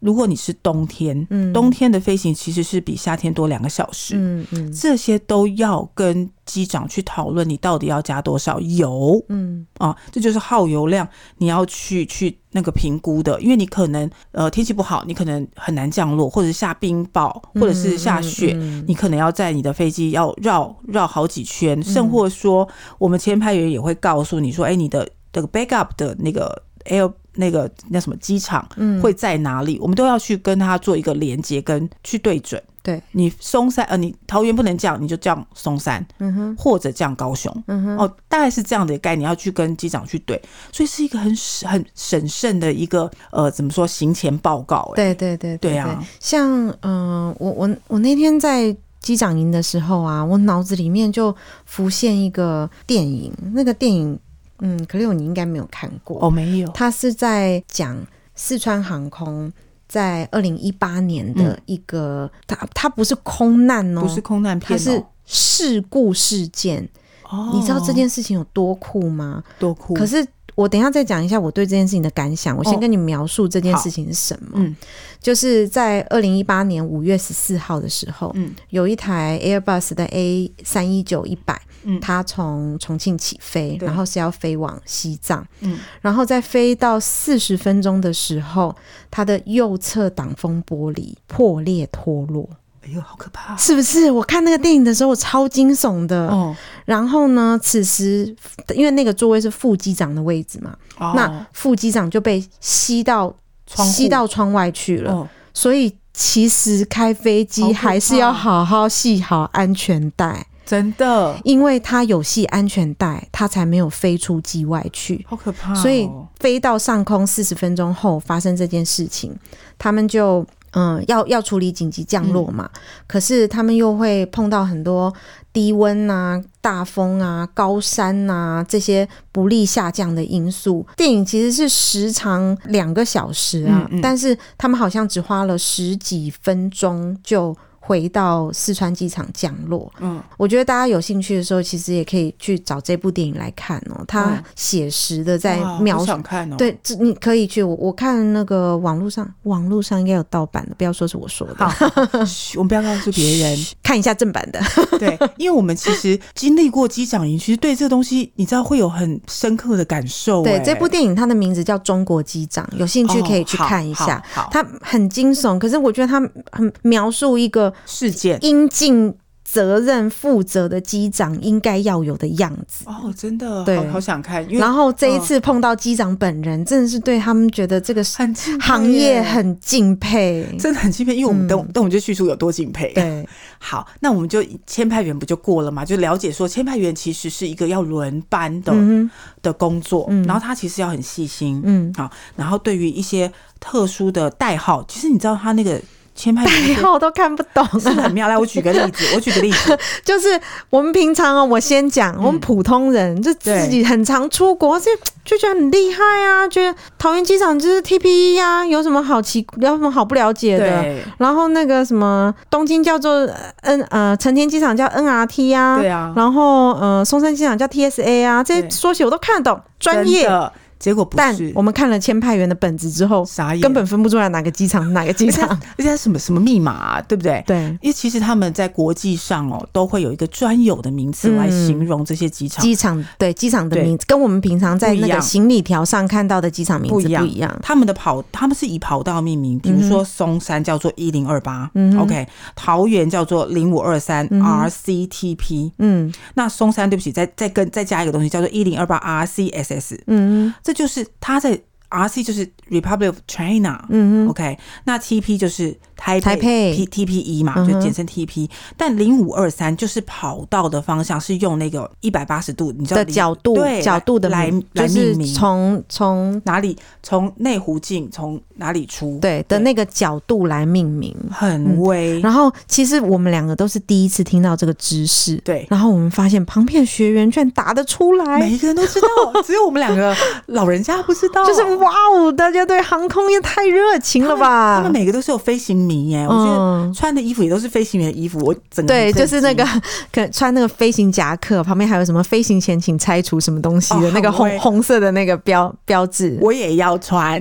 Speaker 3: 如果你是冬天，
Speaker 2: 嗯
Speaker 3: 冬天的飞行其实是比夏天多两个小时，
Speaker 2: 嗯嗯
Speaker 3: 这些都要跟机长去讨论，你到底要加多少油
Speaker 2: 嗯
Speaker 3: 啊？这就是耗油量，你要去去那个评估的，因为你可能呃天气不好，你可能很难降落，或者是下冰雹，或者是下雪，
Speaker 2: 嗯嗯嗯
Speaker 3: 你可能要在你的飞机要绕绕好几
Speaker 2: 嗯
Speaker 3: 圈，甚或说我们签派员也会告诉你说，哎、你的这个 backup 的那个 air 那个那什么机场
Speaker 2: 嗯
Speaker 3: 会在哪里，我们都要去跟他做一个连接，跟去对准。
Speaker 2: 对，
Speaker 3: 你松山呃，你桃园不能降，你就降松山
Speaker 2: 嗯哼
Speaker 3: 或者降高雄。
Speaker 2: 嗯哼
Speaker 3: 哦，大概是这样的概念，要去跟机长去对，所以是一个很很审慎的一个呃，怎么说行前报告、哎，
Speaker 2: 对对对
Speaker 3: 对啊，
Speaker 2: 像嗯、呃我我我那天在。机长营的时候啊，我脑子里面就浮现一个电影，那个电影，嗯，可六你应该没有看过
Speaker 3: 哦，没有，
Speaker 2: 他是在讲四川航空在二零一八年的一个，它它不是空难哦，
Speaker 3: 嗯不是空难
Speaker 2: 它
Speaker 3: 片、哦，
Speaker 2: 是事故事件。
Speaker 3: 哦，
Speaker 2: 你知道这件事情有多酷吗？
Speaker 3: 多酷，
Speaker 2: 可是我等一下再讲一下我对这件事情的感想，我先
Speaker 3: 哦
Speaker 2: 跟你描述这件
Speaker 3: 好
Speaker 2: 事情是什么。
Speaker 3: 嗯
Speaker 2: 就是在二零一八年五月十四号的时候，
Speaker 3: 嗯
Speaker 2: 有一台 Airbus 的 A 三一九一百
Speaker 3: 嗯，
Speaker 2: 它从重庆起飞，
Speaker 3: 对
Speaker 2: 然后是要飞往西藏，
Speaker 3: 嗯
Speaker 2: 然后在飞到四十分钟的时候，它的右侧挡风玻璃破裂脱落，
Speaker 3: 哎呦，好可怕、
Speaker 2: 是不是？我看那个电影的时候，我超惊悚的。
Speaker 3: 哦，
Speaker 2: 然后呢，此时因为那个座位是副机长的位置嘛，
Speaker 3: 哦
Speaker 2: 那副机长就被吸到
Speaker 3: 窗户
Speaker 2: 吸到窗外去了，
Speaker 3: 哦，
Speaker 2: 所以。其实开飞
Speaker 3: 好
Speaker 2: 机
Speaker 3: 可怕
Speaker 2: 还是要好好系好安全带，
Speaker 3: 真的
Speaker 2: 因为它有系安全带，它才没有飞出机外去。
Speaker 3: 好可怕哦、
Speaker 2: 所以飞到上空四十分钟后发生这件事情，他们就嗯要要处理紧急降落嘛，
Speaker 3: 嗯
Speaker 2: 可是他们又会碰到很多低温啊、大风啊、高山啊这些不利下降的因素。电影其实是时长两个小时啊，
Speaker 3: 嗯嗯
Speaker 2: 但是他们好像只花了十几分钟就。回到四川机场降落，
Speaker 3: 嗯，
Speaker 2: 我觉得大家有兴趣的时候，其实也可以去找这部电影来看哦。它
Speaker 3: 嗯
Speaker 2: 写实的在
Speaker 3: 哇
Speaker 2: 描
Speaker 3: 好
Speaker 2: 述
Speaker 3: 想看哦，，
Speaker 2: 对，这你可以去我我看那个网络上，网络上应该有盗版的，不要说是我说的，
Speaker 3: 好， 嘘我们不要告诉别人，
Speaker 2: 看一下正版的。
Speaker 3: 对，因为我们其实经历过机长营，其实对这个东西，你知道会有很深刻的感受、
Speaker 2: 对
Speaker 3: 哎，
Speaker 2: 这部电影它的名字叫《中国机长》，有兴趣可以去看一下。
Speaker 3: 哦好好好
Speaker 2: 它很惊悚，可是我觉得它很描述一个
Speaker 3: 事件
Speaker 2: 应尽责任、负责的机长应该要有的样子。
Speaker 3: 哦，真的
Speaker 2: 对
Speaker 3: 好好想看，因为
Speaker 2: 然后这一次碰到机长本人，真的是对他们觉得这个
Speaker 3: 很敬佩
Speaker 2: 行业
Speaker 3: 耶
Speaker 2: 很敬佩。
Speaker 3: 真的很敬佩，因为我们等等我们就叙述有多敬佩。
Speaker 2: 对，
Speaker 3: 好，那我们就签派员不就过了嘛？就了解说签派员其实是一个要轮班的、
Speaker 2: 嗯哼
Speaker 3: 的工作，
Speaker 2: 嗯
Speaker 3: 然后他其实要很细心，
Speaker 2: 嗯
Speaker 3: 然后对于一些特殊的代号，其实你知道他那个前排有一
Speaker 2: 代
Speaker 3: 个
Speaker 2: 号都看不懂
Speaker 3: 是
Speaker 2: 啊。
Speaker 3: 很妙。来，我举个例子，我举个例子，
Speaker 2: 就是我们平常哦，我先讲，
Speaker 3: 嗯
Speaker 2: 我们普通人就自己很常出国，就就觉得很厉害啊，觉得桃园机场就是 TPE 啊，有什么好奇，有什么好不了解的？
Speaker 3: 对
Speaker 2: 然后那个什么，东京叫做呃 N 呃成田机场叫 NRT 啊，
Speaker 3: 对啊，
Speaker 2: 然后呃松山机场叫 TSA 啊，这些
Speaker 3: 对
Speaker 2: 缩写我都看得懂，专
Speaker 3: 真
Speaker 2: 业。
Speaker 3: 的结果不
Speaker 2: 但
Speaker 3: 是
Speaker 2: 我们看了签派员的本子之后，
Speaker 3: 傻眼，
Speaker 2: 根本分不出来哪个机场是哪个机
Speaker 3: 而且它
Speaker 2: 场。
Speaker 3: 而且它什么什么密码啊，对不对？
Speaker 2: 对，
Speaker 3: 因为其实他们在国际上哦，都会有一个专有的名词来
Speaker 2: 嗯
Speaker 3: 形容这些机场。
Speaker 2: 机场对机场的
Speaker 3: 对
Speaker 2: 名字跟我们平常在那
Speaker 3: 不一
Speaker 2: 个
Speaker 3: 样
Speaker 2: 行李条上看到的机场名
Speaker 3: 不
Speaker 2: 字
Speaker 3: 一样
Speaker 2: 不一样。
Speaker 3: 他们的跑，他们是以跑道命名，比如说松山叫做一零二八
Speaker 2: 嗯哼
Speaker 3: ，OK，桃园叫做零五二三
Speaker 2: 嗯哼
Speaker 3: RCTP，
Speaker 2: 嗯
Speaker 3: 那松山对不起，再再跟再加一个东西叫做一零二八 RCSS，
Speaker 2: 嗯
Speaker 3: 这就是它在 RC 就是 Republic of China，
Speaker 2: 嗯嗯
Speaker 3: OK，那 TP 就是台
Speaker 2: 台北
Speaker 3: P TPE 嘛，
Speaker 2: 嗯哼
Speaker 3: 就简称 TP。但零五二三就是跑道的方向是用那个一百八十度，你知道
Speaker 2: 的
Speaker 3: 里
Speaker 2: 角度
Speaker 3: 对
Speaker 2: 角度的
Speaker 3: 来
Speaker 2: 名
Speaker 3: 来
Speaker 2: 就
Speaker 3: 命
Speaker 2: 是
Speaker 3: 名
Speaker 2: 从从
Speaker 3: 哪里从内湖进，从哪里出，，
Speaker 2: 对的
Speaker 3: 对
Speaker 2: 那个角度来命名。
Speaker 3: 很微，
Speaker 2: 然后其实我们两个都是第一次听到这个知识，
Speaker 3: 对。
Speaker 2: 然后我们发现旁边的学员居然答得出来
Speaker 3: 每。一个人都知道，只有我们两个老人家不知道。
Speaker 2: 就是哇哦！大家对航空业太热情了吧？
Speaker 3: 他们每个都是有飞行迷耶，我觉得
Speaker 2: 啊嗯，
Speaker 3: 穿的衣服也都是飞行员的衣服。我整个
Speaker 2: 对，
Speaker 3: 很
Speaker 2: 就
Speaker 3: 震
Speaker 2: 是那
Speaker 3: 惊
Speaker 2: 个 可能穿那个飞行夹克，旁边还有什么飞行前请拆除什么东西的、
Speaker 3: 哦
Speaker 2: 那个
Speaker 3: 好
Speaker 2: 红
Speaker 3: 威
Speaker 2: 红色的那个标标志，
Speaker 3: 我也要穿。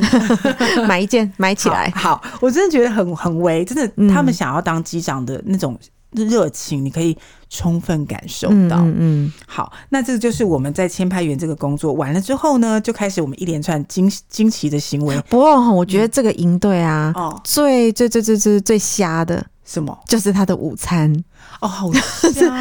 Speaker 2: 买一件买起来。
Speaker 3: 好。好，我真的觉得很很微，真的，
Speaker 2: 嗯
Speaker 3: 他们想要当机长的那种热情，你可以充分感受
Speaker 2: 嗯
Speaker 3: 到。
Speaker 2: 嗯嗯，
Speaker 3: 好，那这个就是我们在签派员这个工作完了之后呢，就开始我们一连串惊惊奇的行 为。
Speaker 2: 不过吼我觉得这个营队啊，
Speaker 3: 嗯哦，
Speaker 2: 最最最最最最瞎的
Speaker 3: 什么？
Speaker 2: 就是他的午餐，
Speaker 3: 哦，好笑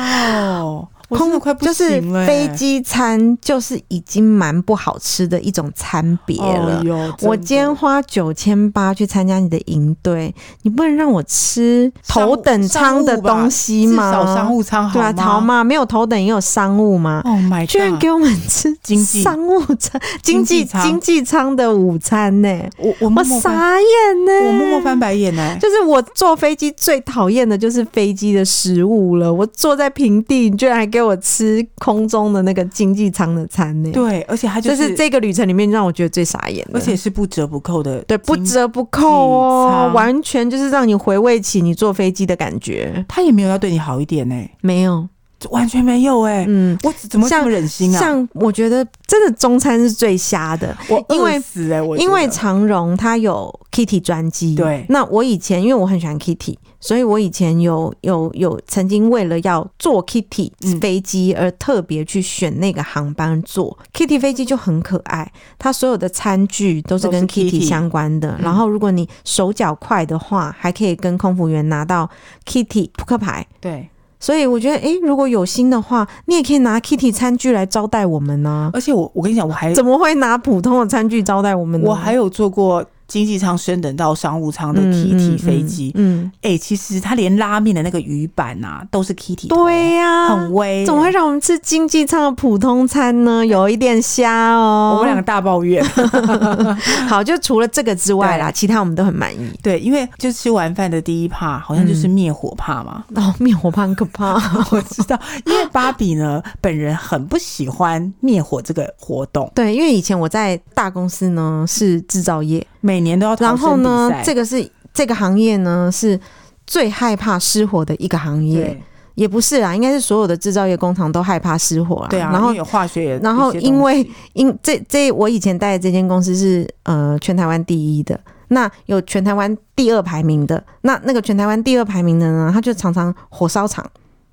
Speaker 3: 哦，我真的快不
Speaker 2: 就是
Speaker 3: 行了欸、
Speaker 2: 飞机餐，就是已经蛮不好吃的一种餐别了。
Speaker 3: 哦哟
Speaker 2: 我
Speaker 3: 真的
Speaker 2: 今天花九千八去参加你的营队，你不能让我吃
Speaker 3: 商务
Speaker 2: 头等舱的东西
Speaker 3: 至
Speaker 2: 吗？
Speaker 3: 少商务舱哦好
Speaker 2: 对啊，逃
Speaker 3: 吗
Speaker 2: 嘛，没有头等也有商务嘛，
Speaker 3: ？Oh my god！
Speaker 2: 居然给我们吃
Speaker 3: 经济
Speaker 2: 商务舱、经
Speaker 3: 经
Speaker 2: 济
Speaker 3: 济舱
Speaker 2: 经济舱的午餐呢、
Speaker 3: 我我
Speaker 2: 我
Speaker 3: 默默翻，
Speaker 2: 傻眼呢、
Speaker 3: 我默默翻白眼呢、
Speaker 2: 就是我坐飞机最讨厌的就是飞机的食物了。我坐在平地，你居然还给我吃空中的那个经济舱的餐呢、
Speaker 3: 对，而且他就
Speaker 2: 这是
Speaker 3: 是
Speaker 2: 这个旅程里面让我觉得最傻眼的。
Speaker 3: 而且是不折不扣的，
Speaker 2: 对，不。折不扣哦
Speaker 3: 舱，
Speaker 2: 完全就是让你回味起你坐飞机的感觉。
Speaker 3: 他也没有要对你好一点呢、
Speaker 2: 没有，
Speaker 3: 这完全没有哎、
Speaker 2: 嗯，
Speaker 3: 我怎么这么忍心啊？
Speaker 2: 像我觉得真的中餐是最瞎的，
Speaker 3: 我
Speaker 2: 因为
Speaker 3: 饿死哎、我
Speaker 2: 因为
Speaker 3: 觉得
Speaker 2: 长荣它有 Kitty 专机，
Speaker 3: 对
Speaker 2: 那我以前因为我很喜欢 Kitty，所以我以前有有有曾经为了要坐 Kitty
Speaker 3: 嗯
Speaker 2: 飞机而特别去选那个航班坐、Kitty 飞机就很可爱，它所有的餐具都是
Speaker 3: 都是
Speaker 2: 跟 Kitty
Speaker 3: Kitty
Speaker 2: 相关的。
Speaker 3: 嗯
Speaker 2: 然后如果你手脚快的话，还可以跟空服员拿到 Kitty 扑克牌。
Speaker 3: 对，
Speaker 2: 所以我觉得，诶、如果有心的话，你也可以拿 Kitty 餐具来招待我们啊呢、
Speaker 3: 而且我我跟你讲，我还
Speaker 2: 怎么会拿普通的餐具招待我们呢？
Speaker 3: 我还有坐过经济舱升等到商务舱的
Speaker 2: 嗯
Speaker 3: Kitty
Speaker 2: 嗯
Speaker 3: 飞机，
Speaker 2: 嗯，嗯
Speaker 3: 哎、其实它连拉面的那个鱼板啊都是 Kitty，头
Speaker 2: 对呀、嗯
Speaker 3: 很微、
Speaker 2: 怎么会让我们吃经济舱的普通餐呢？有一点瞎哦。
Speaker 3: 我们两个大抱怨。
Speaker 2: 好，就除了这个之外啦，其他我们都很满意。
Speaker 3: 对，因为就吃完饭的第一趴，好像
Speaker 2: 嗯
Speaker 3: 就是灭火趴嘛。
Speaker 2: 哦，灭火棒可怕，
Speaker 3: 我知道，因为芭比呢本人很不喜欢灭火这个活动，
Speaker 2: 对，因为以前我在大公司呢是制造业，
Speaker 3: 每年都要逃
Speaker 2: 然后
Speaker 3: 生比
Speaker 2: 呢
Speaker 3: 赛。，
Speaker 2: 这个是这个行业呢是最害怕失火的一个行业，
Speaker 3: 对
Speaker 2: 也不是啦，应该是所有的制造业工厂都害怕失火啦。
Speaker 3: 对啊，
Speaker 2: 然
Speaker 3: 因
Speaker 2: 后
Speaker 3: 为有化学也，
Speaker 2: 然后
Speaker 3: 一些
Speaker 2: 因为
Speaker 3: 东西
Speaker 2: 因这这我以前待的这间公司是呃全台湾第一的，那有全台湾第二排名的，那那个全台湾第二排名的呢，他就常常火烧场。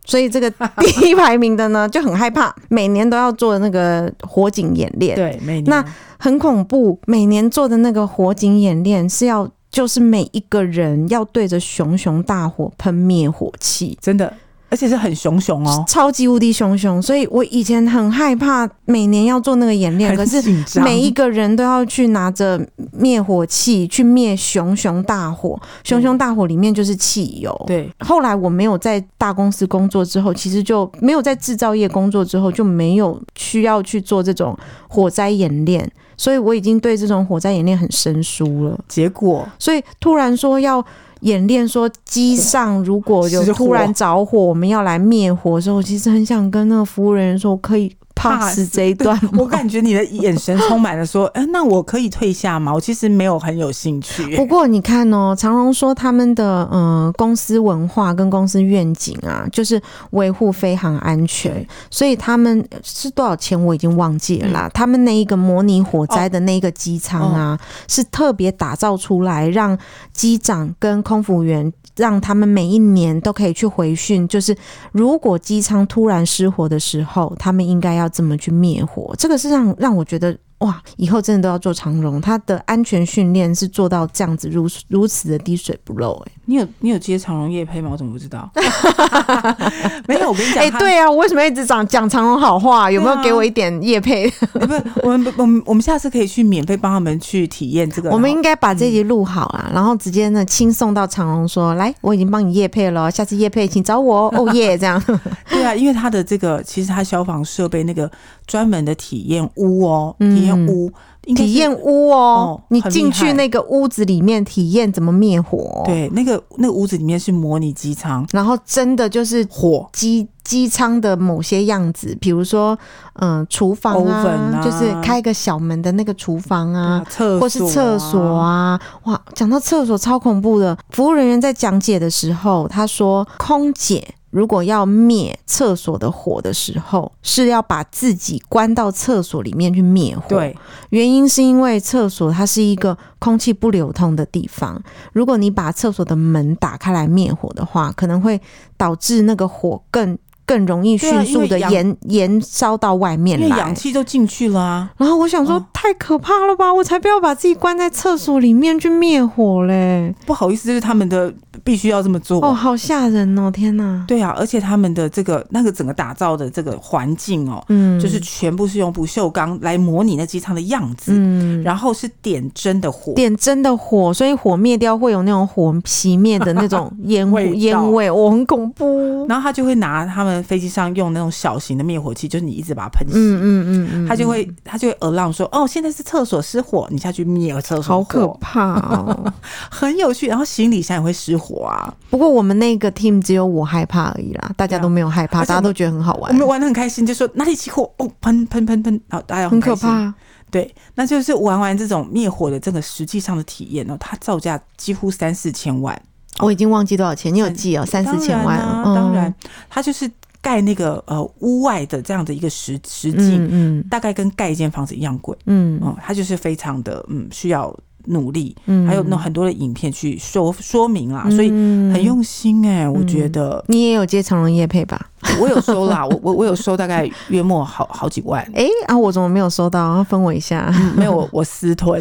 Speaker 2: 所以这个第一排名的呢就很害怕，每年都要做那个火警演练，
Speaker 3: 对每年
Speaker 2: 那很恐怖。每年做的那个火警演练是要，就是每一个人要对着熊熊大火喷灭火器，
Speaker 3: 真的，而且是很熊 熊哦，
Speaker 2: 超级无敌熊熊。所以我以前很害怕每年要做那个演练，可
Speaker 3: 很
Speaker 2: 是
Speaker 3: 紧张
Speaker 2: 每一个人都要去拿着灭火器去灭熊熊大火，熊熊大火里面就是汽油。
Speaker 3: 嗯对
Speaker 2: 后来我没有在大公司工作之后，其实就没有在制造业工作之后就没有需要去做这种火灾演练， 所以我已经对这种火灾演练很生疏了。
Speaker 3: 结果
Speaker 2: 所以突然说要演练说机上如果有
Speaker 3: 失火
Speaker 2: 突然着火，我们要来灭火的时候，我其实很想跟那个服务人员说，我可以 pass
Speaker 3: Pass
Speaker 2: 这一段
Speaker 3: 我
Speaker 2: 吗？
Speaker 3: 感觉你的眼神充满了说，哎、那我可以退下吗？我其实没有很有兴趣、
Speaker 2: 不过你看哦，长荣说他们的嗯、呃公司文化跟公司愿景啊，就是维护飞航安全，所以他们呃是多少钱我已经忘记了
Speaker 3: 嗯
Speaker 2: 啦。他们那一个模拟火灾的那一个机舱
Speaker 3: 哦
Speaker 2: 啊，是特别打造出来，让机长跟空服员。让他们每一年都可以去回训，就是如果机舱突然失火的时候，他们应该要怎么去灭火？这个是让让我觉得哇，以后真的都要做长荣，它的安全训练是做到这样子如如此的滴水不漏、欸。
Speaker 3: 你有你有接长荣夜配吗？我怎么不知 道？ 没有，我跟你讲，
Speaker 2: 哎、
Speaker 3: 他
Speaker 2: 对啊，我为什么一直讲讲长荣好话？有没有
Speaker 3: 对啊
Speaker 2: 给我一点业配？
Speaker 3: 哎 不是，我们不我们我们下次可以去免费帮他们去体验这个。
Speaker 2: 我们
Speaker 3: 然后
Speaker 2: 应该把这集录好啊，
Speaker 3: 嗯
Speaker 2: 然后直接呢轻送到长荣说，来，我已经帮你业配了，下次业配请找 我哦，哦耶，这样
Speaker 3: 对啊，因为他的这个其实他消防设备那个专门的体验屋哦，
Speaker 2: 嗯
Speaker 3: 体验屋应该是
Speaker 2: 体验屋哦，
Speaker 3: 哦
Speaker 2: 你
Speaker 3: 很厉
Speaker 2: 进去
Speaker 3: 害
Speaker 2: 那个屋子里面体验怎么灭火，，
Speaker 3: 对那个那个屋子里面是模拟机舱
Speaker 2: 然后真的就是
Speaker 3: 火。
Speaker 2: 机机舱的某些样子，比如说，嗯、厨房啊
Speaker 3: Oven 啊
Speaker 2: 就是开一个小门的那个厨房啊，，
Speaker 3: 厕所、
Speaker 2: 或是厕所，啊。哇，讲到厕所超恐怖的，服务人员在讲解的时候，他说，空姐如果要灭厕所的火的时候，是要把自己关到厕所里面去灭火。
Speaker 3: 对，
Speaker 2: 原因是因为厕所它是一个空气不流通的地方，如果你把厕所的门打开来灭火的话，可能会导致那个火更更容易
Speaker 3: 对啊
Speaker 2: 迅速的
Speaker 3: 因为氧
Speaker 2: 延延烧到外面
Speaker 3: 因为
Speaker 2: 来
Speaker 3: 氧。气都进去了啊。
Speaker 2: 然后我想说，
Speaker 3: 哦
Speaker 2: 太可怕了吧！我才不要把自己关在厕所里面去灭火嘞！
Speaker 3: 不好意思，就是他们的必须要这么做。
Speaker 2: 哦，好吓人哦！天哪，
Speaker 3: 对啊，而且他们的这个那个整个打造的这个环境哦，
Speaker 2: 嗯，
Speaker 3: 就是全部是用不锈钢来模拟那机舱的样子，
Speaker 2: 嗯，
Speaker 3: 然后是点真的火，
Speaker 2: 点真的火，所以火灭掉会有那种火熄灭的那 种烟
Speaker 3: 味道
Speaker 2: 烟味，我、很恐怖。
Speaker 3: 然后他就会拿他们飞机上用那种小型的灭火器，就是你一直把它喷
Speaker 2: 嗯
Speaker 3: 熄，
Speaker 2: 嗯嗯嗯，
Speaker 3: 他就会他就会 alarm 说，哦，现在是厕所失火，你下去灭厕所火，
Speaker 2: 好可怕哦！
Speaker 3: 很有趣。然后行李箱也会失火啊，
Speaker 2: 不过我们那个 team 只有我害怕而已啦，大家都没有害怕，
Speaker 3: 而且
Speaker 2: 大
Speaker 3: 我
Speaker 2: 家
Speaker 3: 们
Speaker 2: 都觉得很好
Speaker 3: 我
Speaker 2: 玩，
Speaker 3: 们玩的很开心，就说哪里起火，哦，喷喷喷喷，然后大家
Speaker 2: 很
Speaker 3: 开
Speaker 2: 可
Speaker 3: 心。
Speaker 2: 怕。
Speaker 3: 对，那就是玩完这种灭火的这个实际上的体验哦，它造价几乎三四千万，
Speaker 2: 我已经忘记多少钱，你有
Speaker 3: 三
Speaker 2: 记哦，三四
Speaker 3: 当
Speaker 2: 千
Speaker 3: 然
Speaker 2: 万
Speaker 3: 啊，
Speaker 2: 哦，
Speaker 3: 当然，它就是盖那个呃屋外的这样的一个实实景，
Speaker 2: 嗯，嗯
Speaker 3: 大概跟盖一间房子一样贵。
Speaker 2: 嗯嗯
Speaker 3: 嗯，它就是非常的嗯需要努力，
Speaker 2: 嗯
Speaker 3: 还有那很多的影片去说说明
Speaker 2: 啊
Speaker 3: 啦，所以很用心哎、我觉得
Speaker 2: 嗯你也有接长荣夜配吧？
Speaker 3: 我有收啦，我我我有收大概约莫好好几万。
Speaker 2: 诶，啊，我怎么没有收到？分我一下。
Speaker 3: 嗯没有，我我私吞。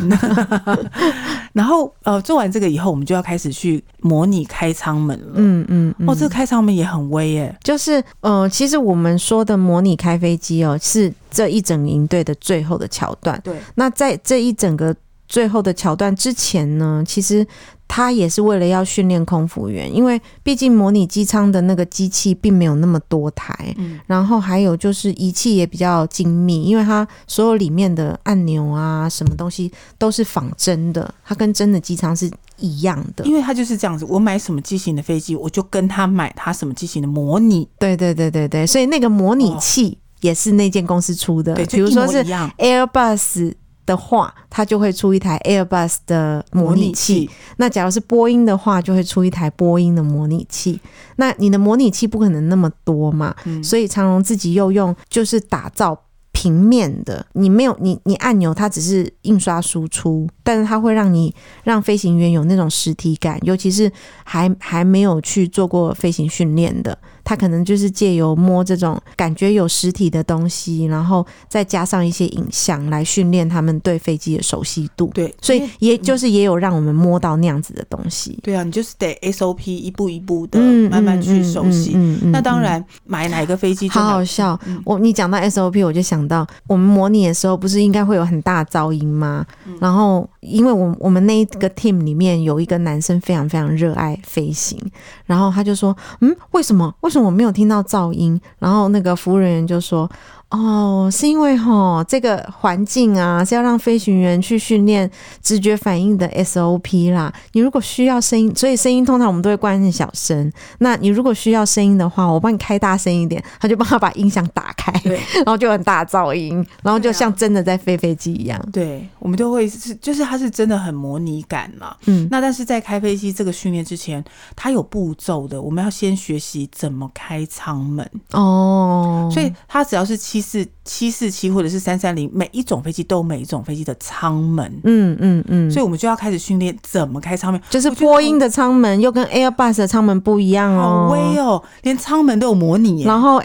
Speaker 3: 然后呃，做完这个以后，我们就要开始去模拟开舱门 了。
Speaker 2: 嗯嗯，嗯
Speaker 3: 哦，这个开舱门也很威欸耶、
Speaker 2: 就是呃，其实我们说的模拟开飞机哦，是这一整营队的最后的桥段。
Speaker 3: 对，
Speaker 2: 那在这一整个最后的桥段之前呢，其实他也是为了要训练空服员，因为毕竟模拟机舱的那个机器并没有那么多台，
Speaker 3: 嗯
Speaker 2: 然后还有就是仪器也比较精密，因为它所有里面的按钮啊，什么东西都是仿真的，它跟真的机舱是一样的。
Speaker 3: 因为它就是这样子，我买什么机型的飞机，我就跟他买他什么机型的模拟，
Speaker 2: 对对对对对，所以那个模拟
Speaker 3: 哦
Speaker 2: 器也是那间公司出的，
Speaker 3: 对，
Speaker 2: 比
Speaker 3: 就
Speaker 2: 如
Speaker 3: 一
Speaker 2: 说
Speaker 3: 模
Speaker 2: 是
Speaker 3: 一样
Speaker 2: Airbus 的话，它就会出一台 Airbus 的模拟器。
Speaker 3: 器。
Speaker 2: 那假如是波音的话，就会出一台波音的模拟器。那你的模拟器不可能那么多嘛，
Speaker 3: 嗯
Speaker 2: 所以长荣自己又用就是打造平面的，你没有你你按钮它只是印刷输出，但是它会让你让飞行员有那种实体感，尤其是还还没有去做过飞行训练的，他可能就是借由摸这种感觉有实体的东西，然后再加上一些影像来训练他们对飞机的熟悉度。
Speaker 3: 对，
Speaker 2: 所
Speaker 3: 因
Speaker 2: 以
Speaker 3: 为
Speaker 2: 也就是也有让我们摸到那样子的东西，
Speaker 3: 对啊，你就是得 SOP 一步一步的
Speaker 2: 嗯，
Speaker 3: 慢慢
Speaker 2: 嗯
Speaker 3: 去熟悉。
Speaker 2: 嗯嗯嗯
Speaker 3: 那当
Speaker 2: 嗯
Speaker 3: 然，买哪一个飞机就
Speaker 2: 好
Speaker 3: 哪
Speaker 2: 好笑
Speaker 3: 嗯！
Speaker 2: 我你讲到 SOP，我就想到我们模拟的时候，不是应该会有很大的噪音吗？
Speaker 3: 嗯
Speaker 2: 然后，因为我我们那一个 team 里面有一个男生非常非常热爱飞行，然后他就说：“嗯，为什么？为什么我没有听到噪音？”然后那个服务人员就说：“哦，是因为哈这个环境啊是要让飞行员去训练直觉反应的 SOP 啦。你如果需要声音，所以声音通常我们都会关很小声。那你如果需要声音的话，我帮你开大声一点，他就帮他把音响打开，
Speaker 3: 对
Speaker 2: 然后就很大噪音，然后就像真的在飞飞机一样。
Speaker 3: 对，我们都会是，就是它是真的很模拟感嘛。
Speaker 2: 嗯，
Speaker 3: 那但是在开飞机这个训练之前，它有步骤的，我们要先学习怎么开舱门。
Speaker 2: 哦，
Speaker 3: 所以它只要是七四七四七或者是三三零，每一种飞机都有每一种飞机的舱门，
Speaker 2: 嗯嗯嗯，
Speaker 3: 所以我们就要开始训练怎么开舱门。
Speaker 2: 就是
Speaker 3: 我觉得
Speaker 2: 波音的舱门又跟 Airbus 的舱门不一样
Speaker 3: 好
Speaker 2: 哦，
Speaker 3: 威哦，连舱门都有模拟耶。
Speaker 2: 然后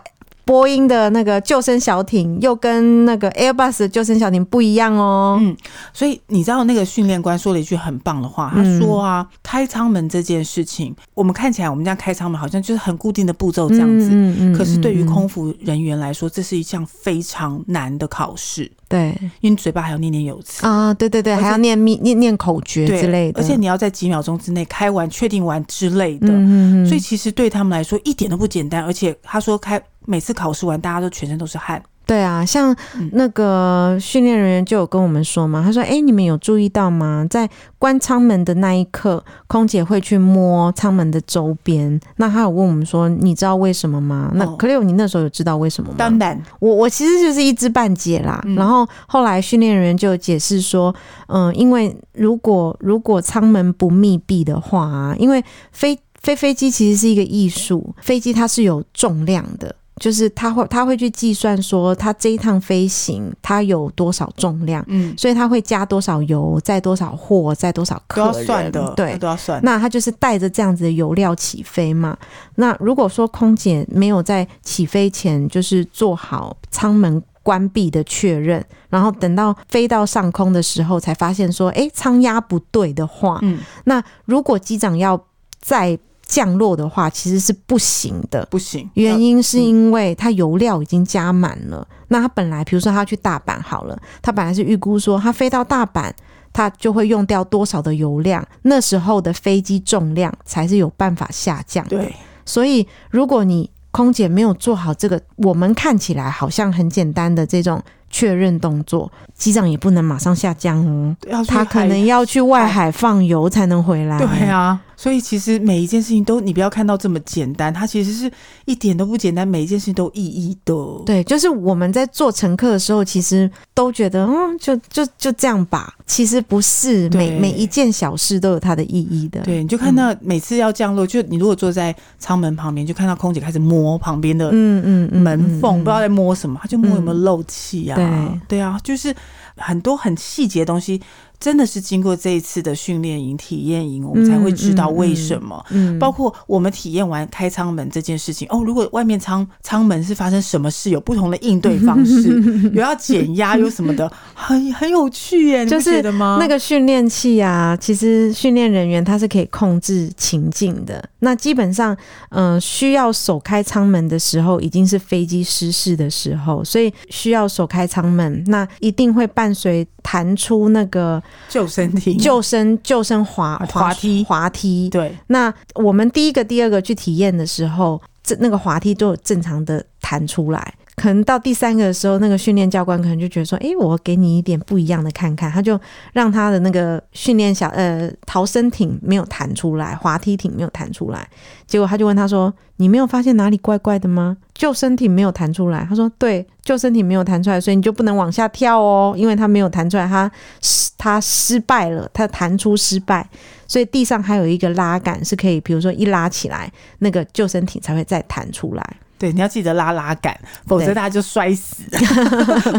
Speaker 2: 波音的那个救生小艇又跟那个 Airbus 的救生小艇不一样哦。
Speaker 3: 嗯所以你知道那个训练官说了一句很棒的话，他
Speaker 2: 嗯
Speaker 3: 说啊，开舱门这件事情，我们看起来我们这样开舱门好像就是很固定的步骤这样子，
Speaker 2: 嗯嗯嗯
Speaker 3: 可是对于
Speaker 2: 嗯嗯
Speaker 3: 空服人员来说，这是一项非常难的考试，
Speaker 2: 对
Speaker 3: 因为你嘴巴还要念念有词。
Speaker 2: 啊，对对对，
Speaker 3: 而且
Speaker 2: 还要念密念念口诀
Speaker 3: 对
Speaker 2: 之类的，
Speaker 3: 而且你要在几秒钟之内开完、确定完之类的，
Speaker 2: 嗯
Speaker 3: 所以其实对他们来说一点都不简单。而且他说开每次考试完，大家都全身都是汗，
Speaker 2: 对啊，像
Speaker 3: 嗯
Speaker 2: 那个训练人员就有跟我们说嘛，他说：“哎、你们有注意到吗？在关舱门的那一刻，空姐会去摸舱门的周边。那他有问我们说，你知道为什么吗？那
Speaker 3: 哦
Speaker 2: Cleo，你那时候有知道为什么吗？
Speaker 3: 当然
Speaker 2: 我我其实就是一知半解啦。
Speaker 3: 嗯
Speaker 2: 然后后来训练人员就有解释说，嗯、因为如果如果舱门不密闭的话、啊，因为飞飞飞机其实是一个艺术，飞机它是有重量的。就是它会，它会去计算说，它这一趟飞行它有多少重量，
Speaker 3: 嗯
Speaker 2: 所以它会加多少油，载多少货，载多少
Speaker 3: 都
Speaker 2: 客
Speaker 3: 要
Speaker 2: 人，
Speaker 3: 算的，
Speaker 2: 对
Speaker 3: 那，都要算。
Speaker 2: 那它就是带着这样子的油料起飞嘛。那如果说空姐没有在起飞前就是做好舱门关闭的确认，然后等到飞到上空的时候才发现说，诶，舱压不对的话，
Speaker 3: 嗯，
Speaker 2: 那如果机长要再降落的话，其实是不行的。
Speaker 3: 不行，
Speaker 2: 原因是因为它油料已经加满了。那它本来，比如说它去大阪好了，它本来是预估说它飞到大阪，它就会用掉多少的油量，那时候的飞机重量才是有办法下降的。
Speaker 3: 对，
Speaker 2: 所以如果你空姐没有做好这个，我们看起来好像很简单的这种确认动作，机长也不能马上下降哦。
Speaker 3: 要去
Speaker 2: 他可
Speaker 3: 海
Speaker 2: 能要去外海放油才能回来。
Speaker 3: 对啊，所以其实每一件事情都，你不要看到这么简单，它其实是一点都不简单，每一件事情都有意义的。
Speaker 2: 对，就是我们在做乘客的时候，其实都觉得，嗯，就就就这样吧。其实不是
Speaker 3: 对
Speaker 2: 每每一件小事都有它的意义的。
Speaker 3: 对，你就看到每次要降落，就你如果坐在舱门旁边，就看到空姐开始摸旁边的
Speaker 2: 嗯，嗯嗯嗯，
Speaker 3: 门缝，
Speaker 2: 嗯
Speaker 3: 不知道在摸什么，她就摸有没有漏气啊？
Speaker 2: 嗯
Speaker 3: 对啊，就是很多很细节的东西，真的是经过这一次的训练营、体验营，我们才会知道为什么。
Speaker 2: 嗯，
Speaker 3: 包括我们体验完开舱门这件事情哦，如果外面舱舱门是发生什么事，有不同的应对方式， 有要减压，有什么的，很很有趣耶，你不
Speaker 2: 就是
Speaker 3: 觉得吗？
Speaker 2: 那个训练器啊，其实训练人员他是可以控制情境的。那基本上，嗯、需要手开舱门的时候，已经是飞机失事的时候，所以需要手开舱门，那一定会伴随弹出那个
Speaker 3: 救生艇，
Speaker 2: 救生救生滑
Speaker 3: 滑梯
Speaker 2: 滑梯。
Speaker 3: 对
Speaker 2: 那我们第一个、第二个去体验的时候，这那个滑梯就有正常的弹出来。可能到第三个的时候，那个训练教官可能就觉得说：“诶，我给你一点不一样的看看。”他就让他的那个训练小呃逃生艇没有弹出来，滑梯艇没有弹出来。结果他就问他说：“你没有发现哪里怪怪的吗？救生艇没有弹出来。”他说：“对，救生艇没有弹出来，所以你就不能往下跳哦，因为它没有弹出来，它失它失败了，它弹出失败。”所以地上还有一个拉杆，是可以，比如说一拉起来，那个救生艇才会再弹出来。
Speaker 3: 对，你要记得拉拉杆，否则
Speaker 2: 对
Speaker 3: 大家就 摔死。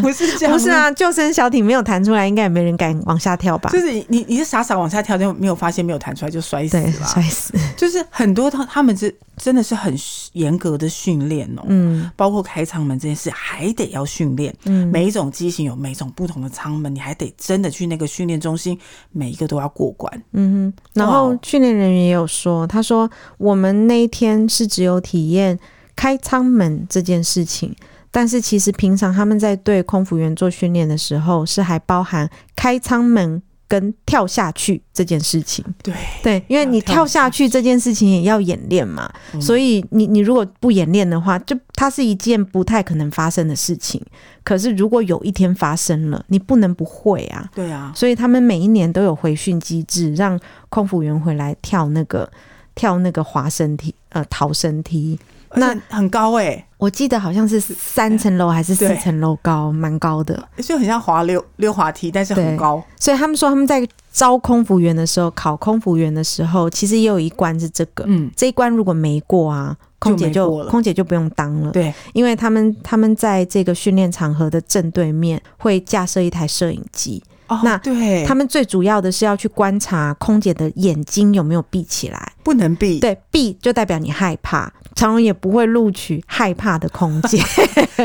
Speaker 3: 不是这样，
Speaker 2: 不是。啊，救生小艇没有弹出来，应该也没人敢往下跳 吧
Speaker 3: 就？是你你你是傻傻往下跳，就没有发现没有弹出来就摔死
Speaker 2: 对，
Speaker 3: 了。
Speaker 2: 摔死。
Speaker 3: 就是很多他他们是真的是很严格的训练哦，
Speaker 2: 嗯
Speaker 3: 包括开舱门这件事还得要训练。
Speaker 2: 嗯，
Speaker 3: 每一种机型有每种不同的舱门，你还得真的去那个训练中心，每一个都要过关。
Speaker 2: 嗯哼。然
Speaker 3: 哇
Speaker 2: 后
Speaker 3: 哦
Speaker 2: 训练人员也有说，他说我们那一天是只有体验开舱门这件事情。但是其实平常他们在对空服员做训练的时候，是还包含开舱门跟跳下去这件事情。
Speaker 3: 对
Speaker 2: 对，因为
Speaker 3: 要
Speaker 2: 你
Speaker 3: 跳
Speaker 2: 跳
Speaker 3: 下
Speaker 2: 下去这件事情也要演练嘛，
Speaker 3: 嗯
Speaker 2: 所以你你如果不演练的话，就它是一件不太可能发生的事情。可是如果有一天发生了，你不能不会啊。
Speaker 3: 对啊，
Speaker 2: 所以他们每一年都有回训机制，让空服员回来跳那个跳那个滑升梯，呃，逃生梯。那
Speaker 3: 那很高哎、
Speaker 2: 我记得好像是三层楼还是四
Speaker 3: 对
Speaker 2: 层楼高，蛮高的。
Speaker 3: 就很像滑溜溜滑梯，但是很
Speaker 2: 对
Speaker 3: 高。
Speaker 2: 所以他们说他们在招空服员的时候，考空服员的时候，其实也有一关是这个。
Speaker 3: 嗯，
Speaker 2: 这一关如果没过啊，
Speaker 3: 就
Speaker 2: 空姐
Speaker 3: 没
Speaker 2: 就
Speaker 3: 过了
Speaker 2: 空姐就不用当了，
Speaker 3: 对，
Speaker 2: 因为他们他们在这个训练场合的正对面会架设一台摄影机，
Speaker 3: 哦，
Speaker 2: 那
Speaker 3: 对，
Speaker 2: 他们最主要的是要去观察空姐的眼睛有没有闭起来，
Speaker 3: 不能避，
Speaker 2: 对，闭就代表你害怕，常荣也不会录取害怕的空 姐，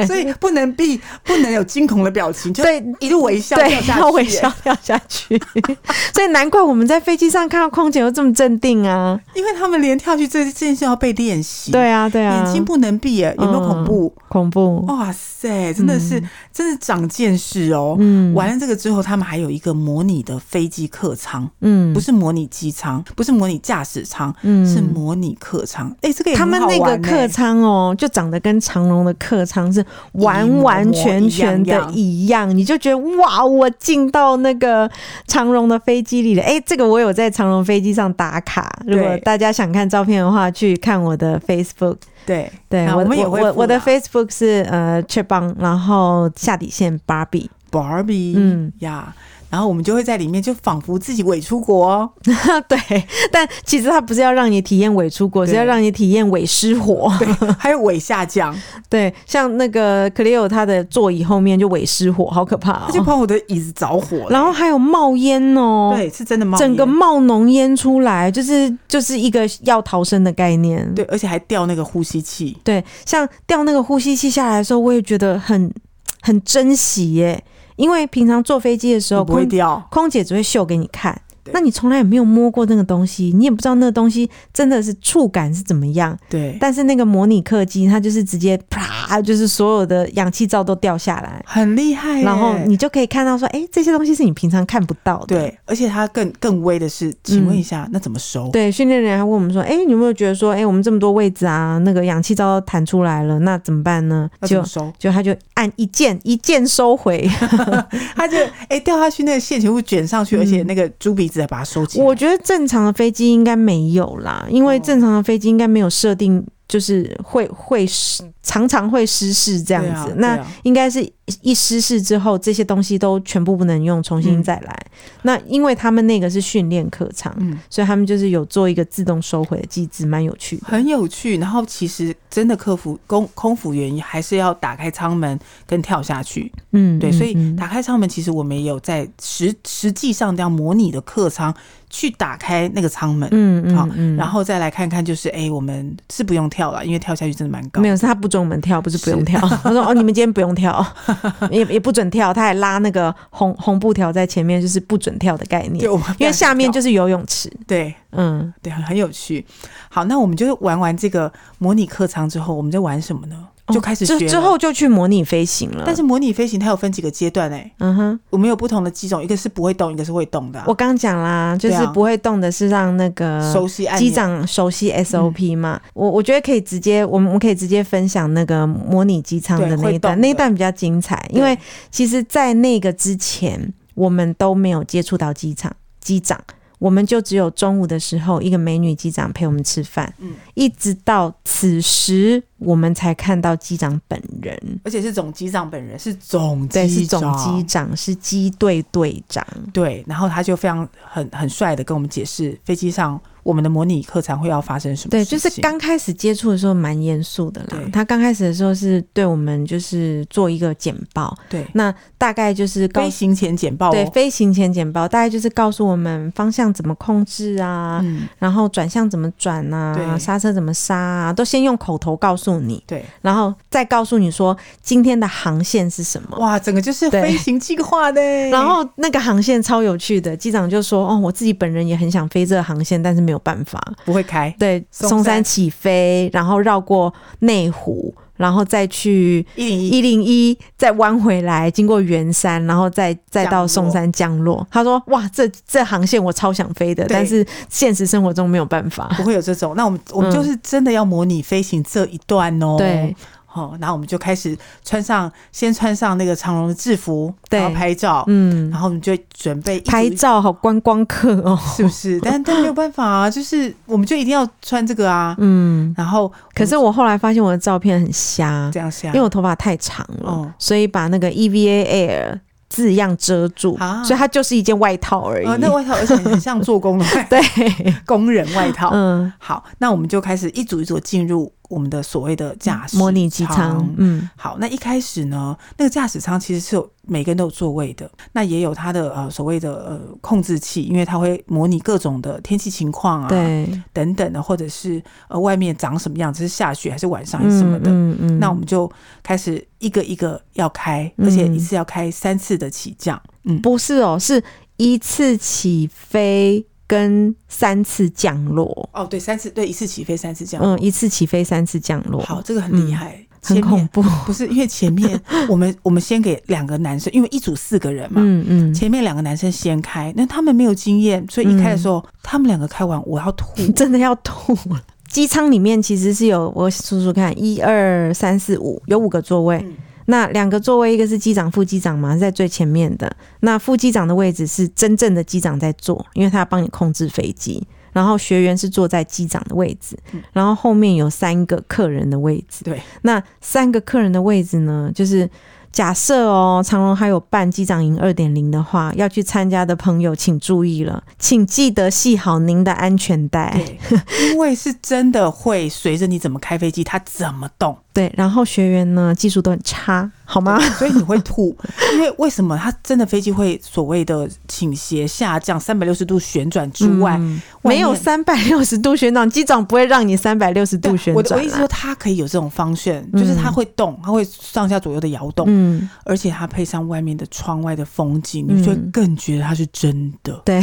Speaker 3: 所以不能避，不能有惊恐的表情，就
Speaker 2: 对，
Speaker 3: 一路微笑掉
Speaker 2: 对，
Speaker 3: 下去、
Speaker 2: 要微笑，掉下去， 所以难怪我们在飞机上看到空姐都这么镇定啊，
Speaker 3: 因为他们连跳下去这这件事要被练习。、
Speaker 2: 对啊，对啊，嗯
Speaker 3: 眼睛不哦能闭耶，有没有恐怖？
Speaker 2: 恐怖，
Speaker 3: 哇塞，真的是，真是长见识哦。
Speaker 2: 嗯
Speaker 3: 完了这个之后，他们还有一个模拟的飞机客舱，
Speaker 2: 嗯
Speaker 3: 不，是模拟机舱，不是模拟驾驶舱，
Speaker 2: 嗯
Speaker 3: 是模拟客舱。哎、这个也
Speaker 2: 他们
Speaker 3: 很好
Speaker 2: 那个
Speaker 3: 玩欸
Speaker 2: 客
Speaker 3: 耶
Speaker 2: 舱哦，就长得跟长隆的客舱是完完全全
Speaker 3: 一模
Speaker 2: 的
Speaker 3: 模
Speaker 2: 一样，你就觉得哇，我进到那个长荣的飞机里了。哎，这个我有在长荣飞机上打卡，如果
Speaker 3: 对
Speaker 2: 大家想看照片的话，去看我的 Facebook。
Speaker 3: 对
Speaker 2: 对，
Speaker 3: 啊
Speaker 2: 我
Speaker 3: 我们也会
Speaker 2: 我我
Speaker 3: 附
Speaker 2: 我的
Speaker 3: 啦
Speaker 2: Facebook 是呃雀邦，然后下底线 Barbie。
Speaker 3: Barbie，
Speaker 2: 嗯
Speaker 3: 呀，然后我们就会在里面就仿佛自己伪出国哦、
Speaker 2: 对，但其实它不是要让你体验伪出国，
Speaker 3: 对
Speaker 2: 是要让你体验伪失火。
Speaker 3: 对，还有伪下
Speaker 2: 哦
Speaker 3: 降，
Speaker 2: 对，像那个 Cleo 她的座椅后面就伪失火，好可怕、哦！
Speaker 3: 他就把我的椅子着火了，
Speaker 2: 然后还有冒烟哦，，
Speaker 3: 对，是真的冒烟
Speaker 2: 整个冒浓烟出来，就是就是一个要逃生的概念。
Speaker 3: 对，而且还掉那个呼吸器，
Speaker 2: 对，像掉那个呼吸器下来的时候，我也觉得很很珍惜耶，因为平常坐飞机的时
Speaker 3: 你
Speaker 2: 候，
Speaker 3: 不会
Speaker 2: 空
Speaker 3: 掉，
Speaker 2: 空姐只会秀给你看。
Speaker 3: 对
Speaker 2: 那你从来也没有摸过那个东西，你也不知道那个东西真的是触感是怎么样。
Speaker 3: 对，
Speaker 2: 但是那个模拟客机，它就是直接啪，就是所有的氧气罩都掉下来，
Speaker 3: 很厉害欸耶。
Speaker 2: 然后你就可以看到说，哎、这些东西是你平常看不到的。
Speaker 3: 对，而且它更更微的是，请问一下，那怎么收？
Speaker 2: 嗯对，训练人员还问我们说：“哎、你有没有觉得说，哎、我们这么多位置啊，那个氧气罩都弹出来了，那怎么办呢？”
Speaker 3: 要怎
Speaker 2: 就
Speaker 3: 么收？
Speaker 2: 就他就按一键一键收 回。
Speaker 3: 它就哎、掉下去，那个线全部卷上去，而且那个猪鼻子还把它收起来。
Speaker 2: 嗯我觉得正常的飞机应该没有啦，因为
Speaker 3: 哦
Speaker 2: 正常的飞机应该没有设定，就是会会失常常会失事这样
Speaker 3: 对
Speaker 2: 子。
Speaker 3: 啊
Speaker 2: 那
Speaker 3: 对啊
Speaker 2: 应该是一失事之后，这些东西都全部不能用，重新
Speaker 3: 嗯
Speaker 2: 再来。那因为他们那个是训练客舱，
Speaker 3: 嗯。
Speaker 2: 所以他们就是有做一个自动收回的机制，蛮有趣的。
Speaker 3: 很有趣，然后其实真的客服空空服员还是要打开舱门跟跳下去，
Speaker 2: 嗯，
Speaker 3: 对，
Speaker 2: 嗯
Speaker 3: 所以
Speaker 2: 嗯
Speaker 3: 打开舱门，其实我们也有在实实际上这样模拟的客舱去打开那个舱门，
Speaker 2: 嗯嗯
Speaker 3: 好
Speaker 2: 嗯，
Speaker 3: 然后再来看看就是哎、我们是不用跳了，因为跳下去真的蛮高
Speaker 2: 没，有，是他不准我们跳，不是不用 跳。他说：“哦，你们今天不用跳，也也不准跳。”他还拉那个红红布条在前面，就是不准跳的概念
Speaker 3: 对，，我们
Speaker 2: 因为下 面就是是游泳池。
Speaker 3: 对
Speaker 2: 嗯，
Speaker 3: 对很很有趣。好，那我们就玩完这个模拟客舱之后，我们在玩什么呢？哦就开始学
Speaker 2: 之
Speaker 3: 了、
Speaker 2: 之后就去模拟飞行了。
Speaker 3: 但是，模拟飞行它有分几个阶段哎、
Speaker 2: 嗯哼，
Speaker 3: 我们有不同的机种，一个是不会动，一个是会动的啊、
Speaker 2: 我刚讲啦，就
Speaker 3: 对
Speaker 2: 是
Speaker 3: 啊
Speaker 2: 不会动的是让那个
Speaker 3: 熟悉按钮嗯
Speaker 2: 机长熟悉 SOP 嘛。我我觉得可以直接，我们我们可以直接分享那个模拟机舱的
Speaker 3: 对
Speaker 2: 那一
Speaker 3: 会
Speaker 2: 段，
Speaker 3: 动的
Speaker 2: 那一段比较精彩，因为其实，在那个之前，我们都没有接触到机场机长，我们就只有中午的时候，一个美女机长陪我们吃饭，
Speaker 3: 嗯
Speaker 2: 一直到此时，我们才看到机长本人，
Speaker 3: 而且是总机长本人，是总
Speaker 2: 对，是
Speaker 3: 机
Speaker 2: 总机长，是机队队长，
Speaker 3: 对，然后他就非常很很帅的跟我们解释飞机上我们的模拟课程会要发生什么
Speaker 2: 对，
Speaker 3: 事
Speaker 2: 就
Speaker 3: 情。
Speaker 2: 是刚开始接触的时候蛮严肃的啦
Speaker 3: 对。
Speaker 2: 他刚开始的时候是对我们就是做一个简报，
Speaker 3: 对
Speaker 2: 那大概就是告
Speaker 3: 飞行前简报、哦，
Speaker 2: 对飞行前简报，大概就是告诉我们方向怎么控制啊，
Speaker 3: 嗯，
Speaker 2: 然后转向怎么转啊，
Speaker 3: 对
Speaker 2: 刹车怎么刹啊，都先用口头告诉你，
Speaker 3: 对，
Speaker 2: 然后再告诉你说今天的航线是什么。
Speaker 3: 哇，整个就是
Speaker 2: 对
Speaker 3: 飞行计划的。
Speaker 2: 然后那个航线超有趣的，机长就说：“哦，我自己本人也很想飞这个航线，但是没有办法。”
Speaker 3: 不会开，
Speaker 2: 对，
Speaker 3: 松
Speaker 2: 松山
Speaker 3: 山
Speaker 2: 起飞，然后绕过内湖，然后再去
Speaker 3: 一零一
Speaker 2: 一零一，再弯回来，经过圆山，然后再再
Speaker 3: 降
Speaker 2: 到
Speaker 3: 落
Speaker 2: 松山降落。他说：“哇，这这航线我超想飞的，
Speaker 3: 对
Speaker 2: 但是现实生活中没有办法。
Speaker 3: 不会有这种。那我们我们
Speaker 2: 嗯
Speaker 3: 就是真的要模拟飞行这一段哦。
Speaker 2: 对，
Speaker 3: 好、然后我们就开始穿上，先穿上那个长荣的制服，
Speaker 2: 对
Speaker 3: 然后拍照，
Speaker 2: 嗯
Speaker 3: 然，后我们就准备一组
Speaker 2: 拍，照好观光客哦，
Speaker 3: 是不是？但但没有办法啊，就是我们就一定要穿这个啊。
Speaker 2: 嗯。
Speaker 3: 然后
Speaker 2: 可是我后来发现我的照片很瞎，
Speaker 3: 这样下，
Speaker 2: 因为我头发太长了，
Speaker 3: 哦
Speaker 2: 所以把那个 EVA Air 字样遮住，
Speaker 3: 啊
Speaker 2: 所以它就是一件外套而已。
Speaker 3: 呃，那外套而且很像做工的外
Speaker 2: 对，
Speaker 3: 工人外套。
Speaker 2: 嗯，
Speaker 3: 好，那我们就开始一组一组进入我们的所谓的驾驶
Speaker 2: 模拟机舱，嗯
Speaker 3: 好，那一开始呢，那个驾驶舱其实是有每个人都有座位的，那也有它的呃所谓的呃控制器，因为它会模拟各种的天气情况啊，
Speaker 2: 对，
Speaker 3: 等等的，或者是呃外面长什么样子，是下雪还是晚上还是
Speaker 2: 嗯
Speaker 3: 什么的。
Speaker 2: 嗯嗯，
Speaker 3: 那我们就开始一个一个要开，而且一次要开三次的起降。嗯，
Speaker 2: 不是哦，是一次起飞跟三次降落，
Speaker 3: 哦，对，三次，对，一次起飞，三次降落。
Speaker 2: 嗯，一次起飞三次降落，
Speaker 3: 好，，这个很厉
Speaker 2: 嗯
Speaker 3: 害，
Speaker 2: 很
Speaker 3: 前面
Speaker 2: 恐怖，
Speaker 3: 不是因为前面我们 我们先给两个男生，因为一组四个人嘛，
Speaker 2: 嗯嗯，
Speaker 3: 前面两个男生先开，那他们没有经验，所以一开的时候，他们两个开完，我要 吐。
Speaker 2: 真的要吐了。机舱里面其实是有，我数数看，一二三四五，有五个座位。
Speaker 3: 嗯
Speaker 2: 那两个座位，一个是机长、副机长嘛，是在最前面的。那副机长的位置是真正的机长在坐，因为他要帮你控制飞机。然后学员是坐在机长的位置
Speaker 3: 嗯，
Speaker 2: 然后后面有三个客人的位置。
Speaker 3: 对，
Speaker 2: 那三个客人的位置呢，就是假设哦，长荣还有办机长营二点零的话，要去参加的朋友请注意了，请记得系好您的安全带。
Speaker 3: 对，因为是真的会随着你怎么开飞机，它怎么动，
Speaker 2: 对，然后学员呢技术都很差，好吗？
Speaker 3: 所以你会吐。 因为为什么它真的飞机会所谓的倾斜下降、三百六十度旋转之外，
Speaker 2: 嗯
Speaker 3: 外
Speaker 2: 没有
Speaker 3: 面
Speaker 2: 三百六十度旋转，机长不会让你三百六十
Speaker 3: 对
Speaker 2: 度旋
Speaker 3: 我的
Speaker 2: 转啊
Speaker 3: 我意思
Speaker 2: 啦
Speaker 3: 说，它可以有这种方旋，就是它
Speaker 2: 嗯
Speaker 3: 会动，它会上下左右的摇动，
Speaker 2: 嗯，
Speaker 3: 而且它配上外面的窗外的风景，你就会
Speaker 2: 嗯
Speaker 3: 更觉得它是真的。
Speaker 2: 对，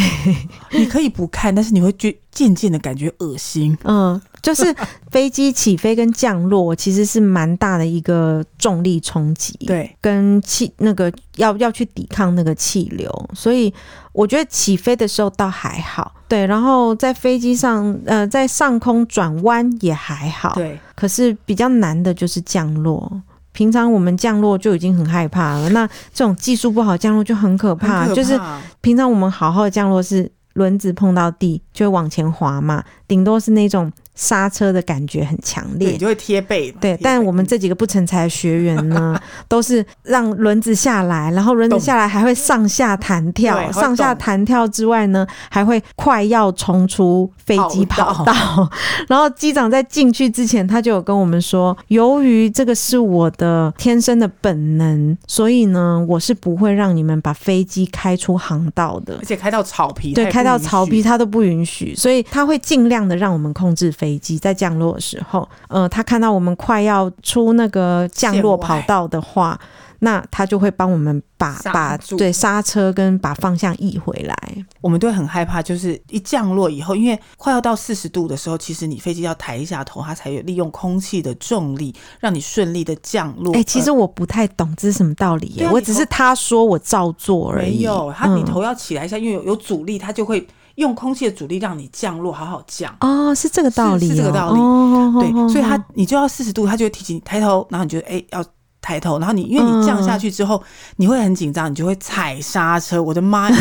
Speaker 3: 你可以不看，但是你会觉渐渐的感觉恶心。
Speaker 2: 嗯，就是飞机起飞跟降落其实是蛮大的一个重力冲击，，
Speaker 3: 对，
Speaker 2: 跟气那个要要去抵抗那个气流，所以我觉得起飞的时候倒还好，对，然后在飞机上呃在上空转弯也还好，
Speaker 3: 对，
Speaker 2: 可是比较难的就是降落。平常我们降落就已经很害怕了，那这种技术不好降落就很可怕。
Speaker 3: 很可
Speaker 2: 就是平常我们好好的降落是轮子碰到地就会往前滑嘛，顶多是那种刹车的感觉很强
Speaker 3: 对
Speaker 2: 烈
Speaker 3: 你。就会贴背嘛。
Speaker 2: 对
Speaker 3: 贴，背
Speaker 2: 但我们这几个不成才的学员呢， 都是让轮子下来，然后轮子下来还会上下弹
Speaker 3: 对
Speaker 2: 跳，
Speaker 3: 会
Speaker 2: 上下
Speaker 3: 动
Speaker 2: 弹跳之外呢，还会快要冲出飞机跑
Speaker 3: 跑
Speaker 2: 道。 然后机长在进去之前，他就有跟我们说，由于这个是我的天生的本能，所以呢，我是不会让你们把飞机开出航道的
Speaker 3: 而。且开到草皮，它
Speaker 2: 对，
Speaker 3: 也
Speaker 2: 开
Speaker 3: 不
Speaker 2: 到
Speaker 3: 允
Speaker 2: 草
Speaker 3: 许
Speaker 2: 皮，他都不允许，所以他会尽量的让我们控制飞机在降落的时候，呃，他看到我们快要出那个降落
Speaker 3: 线外
Speaker 2: 跑道的话，那他就会帮我们把
Speaker 3: 刹
Speaker 2: 把
Speaker 3: 住
Speaker 2: 对刹车跟把方向移回来。
Speaker 3: 我们都会很害怕，就是一降落以后，因为快要到四十度的时候，其实你飞机要抬一下头，它才有利用空气的重力，让你顺利的降落。
Speaker 2: 哎、其实我不太懂这是什么道理耶、
Speaker 3: 呃对啊
Speaker 2: 我
Speaker 3: 你
Speaker 2: 只是
Speaker 3: 头
Speaker 2: 他说我照做
Speaker 3: 呃
Speaker 2: 而
Speaker 3: 没
Speaker 2: 已。
Speaker 3: 有，它你
Speaker 2: 嗯
Speaker 3: 头要起来一下，因为有有阻力，它就会用空气的阻力让你降落，好好降。
Speaker 2: 哦，是这个道理、哦
Speaker 3: 是这个道理
Speaker 2: 哦、
Speaker 3: 对，所以
Speaker 2: 他
Speaker 3: 它你就要四十度，它就会提醒你抬头，然后你就哎、要抬头，然后你因为你降下去之后，你会很紧张，你就会踩刹车。我的妈呀，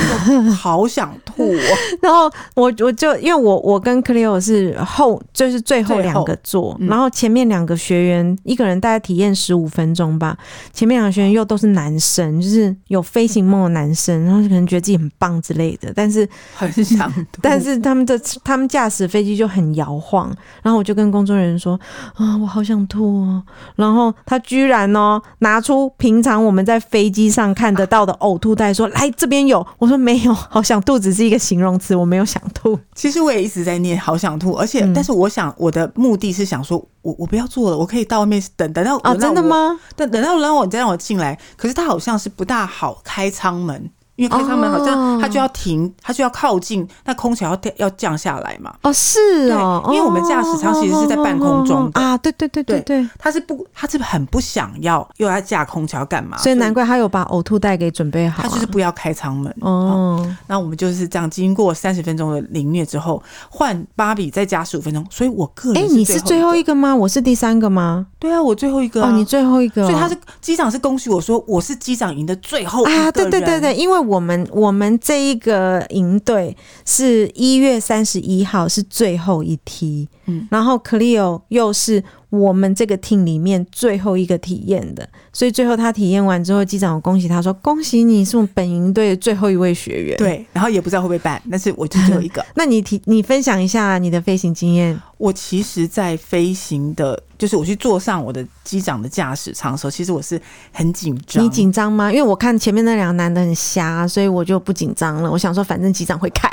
Speaker 3: 我好想吐哦！
Speaker 2: 然后我我就因为我我跟 Cleo 是后就是最后两个座，
Speaker 3: 嗯
Speaker 2: 然后前面两个学员一个人大概体验十五分钟吧，前面两个学员又都是男生，就是有飞行梦的男生，然后可能觉得自己很棒之类的，但是
Speaker 3: 很想吐，
Speaker 2: 但是他们的他们驾驶飞机就很摇晃，然后我就跟工作人员说啊，我好想吐哦，然后他居然哦拿出平常我们在飞机上看得到的呕吐袋说，来这边有，我说没有，好想吐只是一个形容词，我没有想吐。
Speaker 3: 其实我也一直在念，好想吐，而且、
Speaker 2: 嗯
Speaker 3: 但是我想我的目的是想说，我我不要做了，我可以到外面等等到
Speaker 2: 啊，
Speaker 3: 轮到
Speaker 2: 真的
Speaker 3: 我？
Speaker 2: 吗？
Speaker 3: 等等到让我再让我进来，可是他好像是不大好开舱门，因为开舱门好
Speaker 2: 哦
Speaker 3: 像它就要停，它就要靠近，那空调要要降下来嘛。
Speaker 2: 哦，是哦，
Speaker 3: 对因为我们
Speaker 2: 哦
Speaker 3: 驾驶舱其实是在半空中的
Speaker 2: 啊，对对对对对，
Speaker 3: 它是不，它是很不想要，又要架空调干嘛？
Speaker 2: 所以难怪他有把呕吐袋给准备好啊、
Speaker 3: 它就是嗯不要开舱门。
Speaker 2: 哦，
Speaker 3: 那我们就是这样，经过三十分钟的凌虐之后，换芭比再加十五分钟，所以我个
Speaker 2: 哎、
Speaker 3: 人
Speaker 2: 你是最后
Speaker 3: 一
Speaker 2: 一个吗？我是第三个吗？
Speaker 3: 对啊，我最后一个啊、
Speaker 2: 哦，你最后一个哦、
Speaker 3: 所以他是机长是恭喜我说我是机长营的最后一个人
Speaker 2: 啊，对对对对，因为我们我们这一个营队是一月三十一号是最后一梯，
Speaker 3: 嗯
Speaker 2: 然后 Clio 又是我们这个 team 里面最后一个体验的，所以最后他体验完之后，机长有恭喜他说：“恭喜你是我们本营队的最后一位学员。”，
Speaker 3: 对，然后也不知道会不会办，但是我就只有一个。
Speaker 2: 那你提你分享一下你的飞行经验
Speaker 3: 我其实，在飞行的，就是我去坐上我的机长的驾驶舱的时候，其实我是很紧张。
Speaker 2: 你紧张吗？因为我看前面那两个男的很瞎，所以我就不紧张了。我想说，反正机长会开。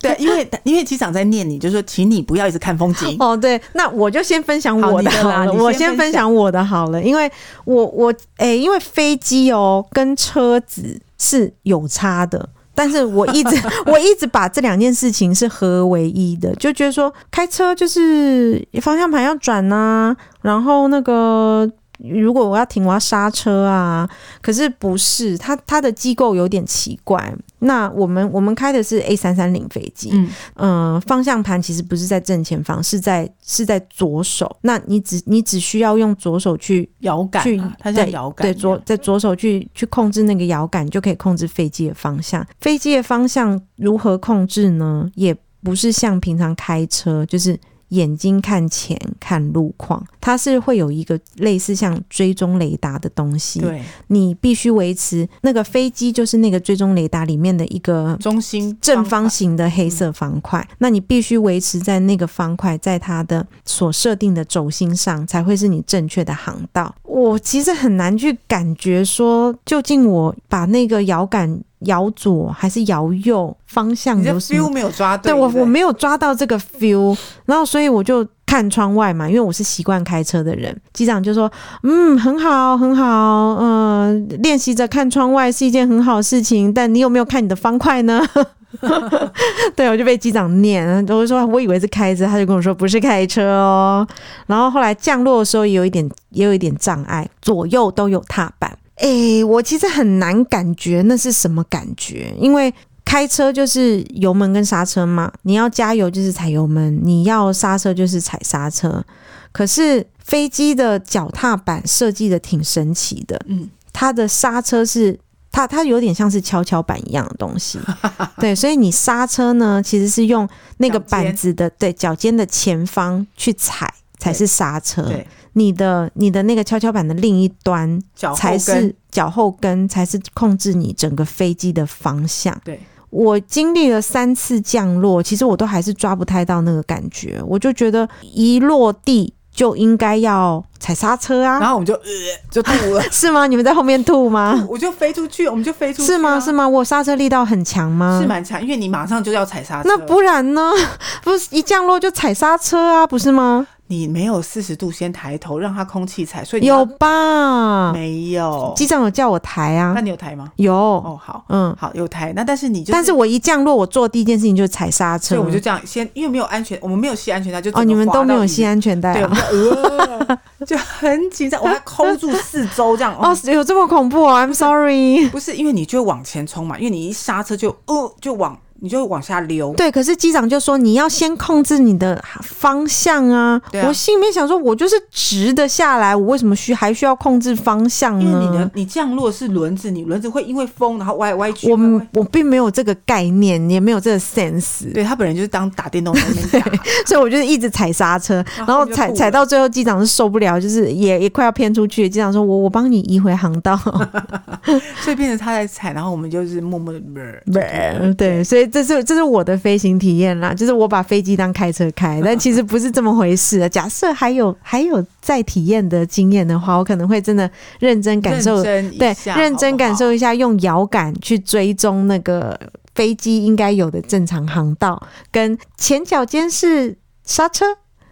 Speaker 3: 对，因为因为机长在念你，就说请你不要一直看风景。
Speaker 2: 哦，对，那我就先分享我的
Speaker 3: 好你的啦
Speaker 2: 好了，
Speaker 3: 你先
Speaker 2: 我先分享我的好了，因为我我诶、因为飞机哦跟车子是有差的。但是我一 直我一直把这两件事情是合而为一的，就觉得说开车就是方向盘要转呐、然后那个如果我要停，我要刹车啊。可是不是，它它的机构有点奇怪。那我们我们开的是 A 三三零飞机，
Speaker 3: 嗯，
Speaker 2: 嗯，方向盘其实不是在正前方，是在是在左手。那你只你只需要用左手去
Speaker 3: 摇杆、
Speaker 2: 去
Speaker 3: 啊，它叫摇杆。
Speaker 2: 对左在左手去去控制那个摇杆，就可以控制飞机的方向。飞机的方向如何控制呢？也不是像平常开车，就是眼睛看前看路况，它是会有一个类似像追踪雷达的东西。，
Speaker 3: 对
Speaker 2: 你必须维持那个飞机就是那个追踪雷达里面的一个
Speaker 3: 中心
Speaker 2: 正方形的黑色方块，
Speaker 3: 嗯
Speaker 2: 那你必须维持在那个方块，在它的所设定的轴心上，才会是你正确的航道。我其实很难去感觉说，究竟我把那个摇杆摇左还是摇右方向
Speaker 3: 你的
Speaker 2: 有什
Speaker 3: feel
Speaker 2: 么？
Speaker 3: 没有抓
Speaker 2: 对
Speaker 3: 对
Speaker 2: 我
Speaker 3: 不对
Speaker 2: 我没有抓到这个 feel，然后所以我就看窗外嘛，因为我是习惯开车的人。机长就说：“嗯，很好，很好，呃，练习着看窗外是一件很好的事情，但你有没有看你的方块呢？” 对，我就被机长念，我就说我以为是开车，他就跟我说不是开车哦。然后后来降落的时候也有一点，也有一点障碍，左右都有踏板。诶、我其实很难感觉那是什么感觉，因为开车就是油门跟刹车嘛，你要加油就是踩油门，你要刹车就是踩刹车。可是飞机的脚踏板设计的挺神奇的，
Speaker 3: 嗯，
Speaker 2: 它的刹车是它它有点像是跷跷板一样的东 西，对，所以你刹车呢其实是用那个
Speaker 3: 脚尖
Speaker 2: 板子的对脚尖的前方去踩才是刹车，
Speaker 3: 对
Speaker 2: 你的你的那个跷跷板的另一端
Speaker 3: 脚后
Speaker 2: 才
Speaker 3: 跟
Speaker 2: 是脚后跟才是控制你整个飞机的方向。
Speaker 3: 对。
Speaker 2: 我经历了三次降落，其实我都还是抓不太到那个感觉，我就觉得一落地就应该要踩刹车
Speaker 3: 然
Speaker 2: 啊，
Speaker 3: 后我们就呃就吐了，
Speaker 2: 是吗？你们在后面吐吗？
Speaker 3: 我就飞出去，我们就飞出去、
Speaker 2: 是吗？是？吗？我刹车力道很强吗？
Speaker 3: 啊是蛮强，因为你马上就要踩刹
Speaker 2: 嗯
Speaker 3: 车，
Speaker 2: 那不然呢？ 不是一降落就踩刹车啊，不是吗？
Speaker 3: 你没有四十度先抬头让它空气踩，所以你
Speaker 2: 有
Speaker 3: 要
Speaker 2: 吧？
Speaker 3: 没有？
Speaker 2: 机长有叫我抬啊
Speaker 3: 那，你有抬吗？
Speaker 2: 有，
Speaker 3: 哦，好
Speaker 2: 嗯，
Speaker 3: 好有抬。那但是你就是，
Speaker 2: 但是我一降落，我做第一件事情就是踩刹车，
Speaker 3: 所以我就这样先，因为没有安全，我们没有系安全带，就整个
Speaker 2: 哦，你们
Speaker 3: 滑
Speaker 2: 都没
Speaker 3: 到
Speaker 2: 有
Speaker 3: 椅
Speaker 2: 系
Speaker 3: 子
Speaker 2: 安全带
Speaker 3: 对，我
Speaker 2: 啊？
Speaker 3: 们就呃 就很紧张，我还抠住四周这样。
Speaker 2: 哦
Speaker 3: 哦，，
Speaker 2: 有这么恐怖哦？I'm sorry。
Speaker 3: 不是，因为你就往前冲嘛，因为你一刹车就哦就往你就往下溜。
Speaker 2: 对，可是机长就说你要先控制你的方向啊。
Speaker 3: 对啊
Speaker 2: 我心里面想说，我就是直的下来，我为什么需还需要控制方向
Speaker 3: 因为你的
Speaker 2: 呢？
Speaker 3: 你降落是轮子，你轮子会因为风然后歪歪曲。
Speaker 2: 我
Speaker 3: 歪歪
Speaker 2: 我并没有这个概念，也没有这个 sense，
Speaker 3: 对他本人就是当打电动在那 边打，
Speaker 2: 所以我就是一直踩刹车，然
Speaker 3: 然后
Speaker 2: 后
Speaker 3: 就
Speaker 2: 踩
Speaker 3: 吐
Speaker 2: 踩
Speaker 3: 了
Speaker 2: 到最后，机长是受不了，就是也也快要偏出去。机长说我我帮你移回航道，
Speaker 3: 所以变成他在踩，然后我们就是默默的。
Speaker 2: 对，所以这是这是我的飞行体验啦，就是我把飞机当开车开，但其实不是这么回事 的。假设还有还有再体验的经验的话，我可能会真的认真感受，
Speaker 3: 认真一
Speaker 2: 对
Speaker 3: 下，
Speaker 2: 认真感
Speaker 3: 好
Speaker 2: 受一下用摇杆去追踪那个飞机应该有的正常航道，跟前脚尖是刹车，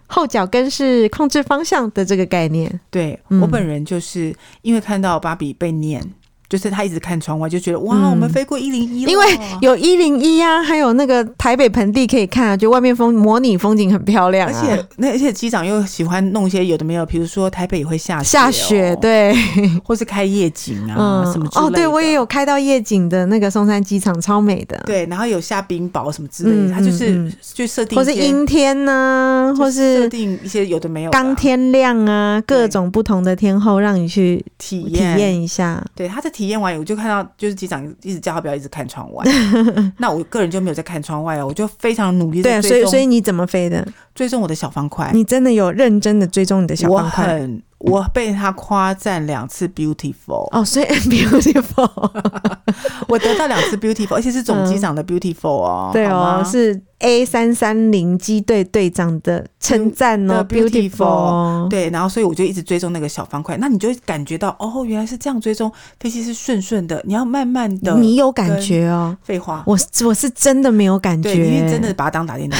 Speaker 2: 后脚跟是控制方向的这个概念
Speaker 3: 不好。对、
Speaker 2: 嗯
Speaker 3: 我本人就是因为看到芭比被念，就是他一直看窗外，就觉得哇，
Speaker 2: 嗯
Speaker 3: 我们飞过一零一，
Speaker 2: 因为有一零一啊，还有那个台北盆地可以看啊，就外面风模拟风景很漂亮、
Speaker 3: 而
Speaker 2: 啊，
Speaker 3: 且那而且机长又喜欢弄一些有的没有，比如说台北也会下雪、哦
Speaker 2: 下雪，，对，
Speaker 3: 或是开夜景啊、
Speaker 2: 嗯
Speaker 3: 什么，之类的。
Speaker 2: 哦，对我也有开到夜景的那个松山机场，超美的，
Speaker 3: 对，然后有下冰雹什么之类的，
Speaker 2: 嗯
Speaker 3: 他就是、
Speaker 2: 嗯嗯
Speaker 3: 就设定
Speaker 2: 或
Speaker 3: 一
Speaker 2: 是
Speaker 3: 些，
Speaker 2: 阴天呢、
Speaker 3: 就
Speaker 2: 或
Speaker 3: 设
Speaker 2: 是
Speaker 3: 定一些有的没有的啊
Speaker 2: 当天亮啊，各种不同的天候让你去
Speaker 3: 体
Speaker 2: 体验一下。
Speaker 3: 对，他在体验完，我就看到就是机长一直叫他不要一直看窗 外。那我个人就没有在看窗外哦，我就非常努力
Speaker 2: 对
Speaker 3: 在
Speaker 2: 啊，所以
Speaker 3: 追
Speaker 2: 所以
Speaker 3: 踪
Speaker 2: 你怎么飞的？
Speaker 3: 追踪我的小方块。
Speaker 2: 你真的有认真的追踪你的小
Speaker 3: 哎我
Speaker 2: 方块
Speaker 3: 很我被他夸赞两次 beautiful，、
Speaker 2: 哦，所以 beautiful，
Speaker 3: 我得到两次 beautiful，而且是总机长的 beautiful 哦，
Speaker 2: 嗯对
Speaker 3: 好
Speaker 2: 哦
Speaker 3: 吗，
Speaker 2: 是 A 三三零机队队长的称赞哦
Speaker 3: 的
Speaker 2: ，beautiful，
Speaker 3: beautiful
Speaker 2: 哦
Speaker 3: 对，然后所以我就一直追踪那个小方块，那你就会感觉到哦，原来是这样追踪飞机是顺顺的，你要慢慢的。
Speaker 2: 你有感觉哦。
Speaker 3: 废话，
Speaker 2: 我是我是真的没有感觉，
Speaker 3: 对，因为真的把它当打电动。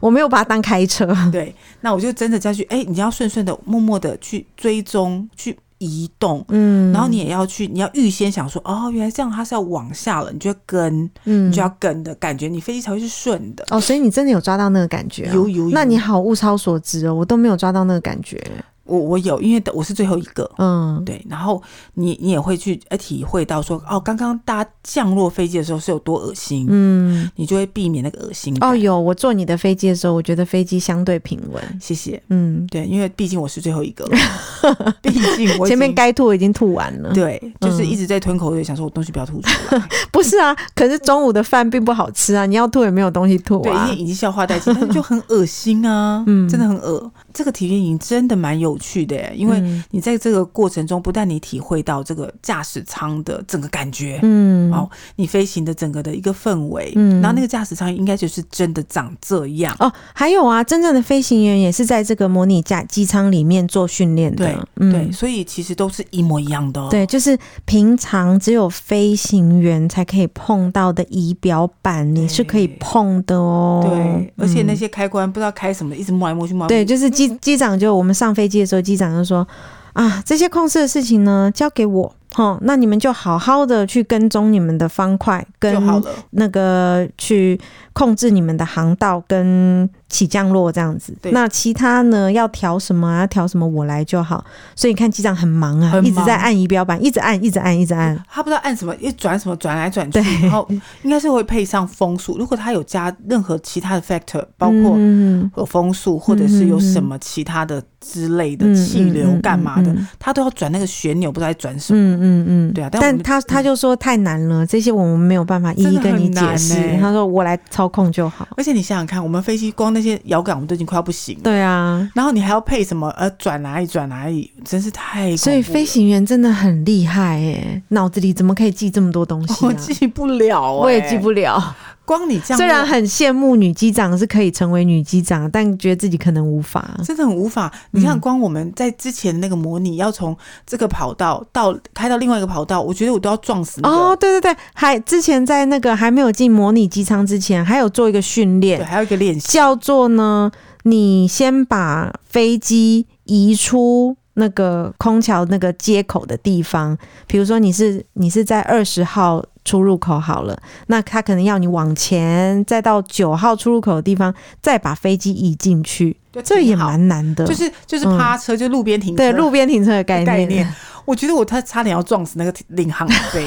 Speaker 2: 我没有把它当开车，
Speaker 3: 对，那我就真的下去，哎、你要顺顺的、默默的去追踪、去移动，
Speaker 2: 嗯，
Speaker 3: 然后你也要去，你要预先想说，哦，原来这样它是要往下了，你就要跟，
Speaker 2: 嗯
Speaker 3: 你就要跟的感觉，你飞机才会是顺的。
Speaker 2: 哦，所以你真的有抓到那个感觉、
Speaker 3: 有
Speaker 2: 哦，
Speaker 3: 有有，
Speaker 2: 那你好物超所值哦，我都没有抓到那个感觉，
Speaker 3: 我我有，因为我是最后一个。
Speaker 2: 嗯，
Speaker 3: 对，然后你你也会去呃体会到说，哦，刚刚大家降落飞机的时候是有多恶心，
Speaker 2: 嗯，
Speaker 3: 你就会避免那个恶心感。
Speaker 2: 哦，有，我坐你的飞机的时候，我觉得飞机相对平稳，
Speaker 3: 谢谢。
Speaker 2: 嗯，
Speaker 3: 对，因为毕竟我是最后一个了， 毕竟我已
Speaker 2: 前面
Speaker 3: 经
Speaker 2: 该吐已经吐完了，
Speaker 3: 对，就是
Speaker 2: 嗯
Speaker 3: 一直在吞口水，想说我东西不要吐出来。
Speaker 2: 不是啊，可是中午的饭并不好吃啊，你要吐也没有东西吐
Speaker 3: 对，因
Speaker 2: 啊
Speaker 3: 为，已经消化殆尽，但是就很恶心啊，
Speaker 2: 嗯
Speaker 3: 真的很恶。这个体验营真的蛮有趣的耶，因为
Speaker 2: 嗯
Speaker 3: 你在这个过程中，不但你体会到这个驾驶舱的整个感觉，
Speaker 2: 嗯，
Speaker 3: 哦，你飞行的整个的一个氛围，
Speaker 2: 嗯
Speaker 3: 然后那个驾驶舱应该就是真的长这样。
Speaker 2: 哦，还有啊，真正的飞行员也是在这个模拟架机舱里面做训练的，
Speaker 3: 对
Speaker 2: 嗯
Speaker 3: 对，所以其实都是一模一样的、哦。
Speaker 2: 对，就是平常只有飞行员才可以碰到的仪表板，你是可以碰的哦。
Speaker 3: 对，而且那
Speaker 2: 嗯、
Speaker 3: 些嗯开关不知道开什么，一直摸来摸去摸来摸
Speaker 2: 对，
Speaker 3: 去。
Speaker 2: 就是机机长就我们上飞机的时候，机长就说啊，这些控制的事情呢，交给我。哦，那你们就好好的去跟踪你们的方块，跟
Speaker 3: 就好了。
Speaker 2: 那个去控制你们的航道跟起降落这样子。
Speaker 3: 对
Speaker 2: 那其他呢，要调什么啊？调什么我来就好。所以你看机长很忙啊，
Speaker 3: 很忙
Speaker 2: 一直在按仪表板，一直按，一直按，一直按。
Speaker 3: 他不知道按什么，一转什么，转来转去，
Speaker 2: 对
Speaker 3: 然后应该是会配上风速。如果他有加任何其他的 factor，包括
Speaker 2: 嗯
Speaker 3: 有风速，或者是有什么其他的之类的
Speaker 2: 嗯
Speaker 3: 气流干嘛的
Speaker 2: 嗯嗯嗯，
Speaker 3: 他都要转那个旋钮，不知道在转什么。
Speaker 2: 嗯嗯嗯，
Speaker 3: 对啊但我
Speaker 2: 但
Speaker 3: 们
Speaker 2: 他他就说太难了，这些我们没有办法一一跟你解释。
Speaker 3: 真的很难欸
Speaker 2: 他说我来操控就好。
Speaker 3: 而且你想想看，我们飞机光那些摇杆，我们都已经快要不行了。
Speaker 2: 对啊，
Speaker 3: 然后你还要配什么？呃，转哪里转哪里，真是太恐怖了
Speaker 2: 所以飞、行员真的很厉害哎、脑子里怎么可以记这么多东西、啊？
Speaker 3: 我记不了、 欸
Speaker 2: 我也记。不了。
Speaker 3: 光你这样，
Speaker 2: 虽然很羡慕女机长是可以成为女机长，但觉得自己可能无法。
Speaker 3: 真的很无法。
Speaker 2: 嗯
Speaker 3: 你看，光我们在之前的那个模拟，要从这个跑道到开到另外一个跑道，我觉得我都要撞死那个。
Speaker 2: 哦，对对对，还之前在那个还没有进模拟机舱之前，还有做一个训
Speaker 3: 对，
Speaker 2: 练，
Speaker 3: 还有一个练习，
Speaker 2: 叫做呢，你先把飞机移出那个空桥那个接口的地方，比如说你是你是在二十号出入口好了，那他可能要你往前，再到九号出入口的地方，再把飞机移进去，
Speaker 3: 就
Speaker 2: 这也
Speaker 3: 挺好
Speaker 2: 蛮难的。
Speaker 3: 就是就是
Speaker 2: 嗯
Speaker 3: 趴车，就路边停车。啊
Speaker 2: 对路边停车的概
Speaker 3: 概
Speaker 2: 念，
Speaker 3: 念我觉得我他差点要撞死那个领航阿贝。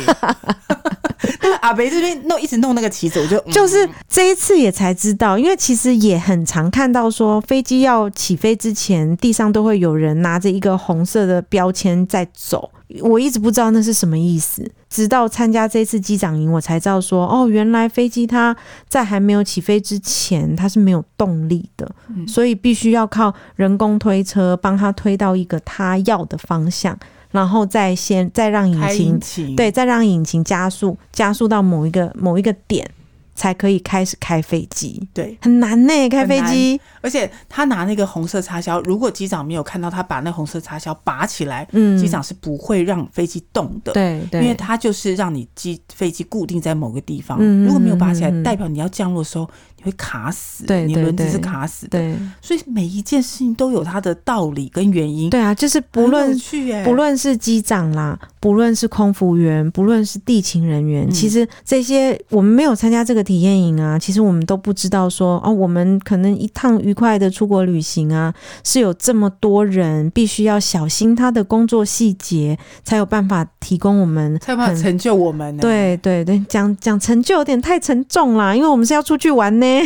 Speaker 3: 那个阿贝这边弄一直弄那个旗子，我就、嗯
Speaker 2: 就是这一次也才知道，因为其实也很常看到说，飞机要起飞之前，地上都会有人拿着一个红色的标签在走。我一直不知道那是什么意思，直到参加这次机长营，我才知道说，哦，原来飞机它在还没有起飞之前，它是没有动力的，
Speaker 3: 嗯
Speaker 2: 所以必须要靠人工推车帮它推到一个它要的方向，然后再先再让引
Speaker 3: 开
Speaker 2: 擎
Speaker 3: 引擎，
Speaker 2: 对，再让引擎加速，加速到某一个某一个点，才可以开始开飞机，
Speaker 3: 对，
Speaker 2: 很难呢、开飞机。
Speaker 3: 而且他拿那个红色插销，如果机长没有看到他把那红色插销拔起来，
Speaker 2: 嗯，
Speaker 3: 机长是不会让飞机动的。
Speaker 2: 对对，
Speaker 3: 因为它就是让你机飞机固定在某个地方，
Speaker 2: 嗯
Speaker 3: 如果没有拔起来
Speaker 2: 嗯嗯嗯，
Speaker 3: 代表你要降落的时候你会卡死，
Speaker 2: 对
Speaker 3: 你
Speaker 2: 对
Speaker 3: 轮子是
Speaker 2: 对
Speaker 3: 卡死的。
Speaker 2: 对
Speaker 3: 所以每一件事情都有它的道理跟原因，
Speaker 2: 对啊，就是不
Speaker 3: 很
Speaker 2: 论
Speaker 3: 有趣耶，
Speaker 2: 不论是机长啦，不论是空服员，不论是地勤人员，
Speaker 3: 嗯
Speaker 2: 其实这些我们没有参加这个体验营啊，其实我们都不知道说哦，我们可能一趟愉快的出国旅行啊，是有这么多人必须要小心他的工作细节，才有办法提供我们
Speaker 3: 才有办法
Speaker 2: 很
Speaker 3: 成就我们呢。，
Speaker 2: 对对对，讲讲成就有点太沉重啦，因为我们是要出去玩呢，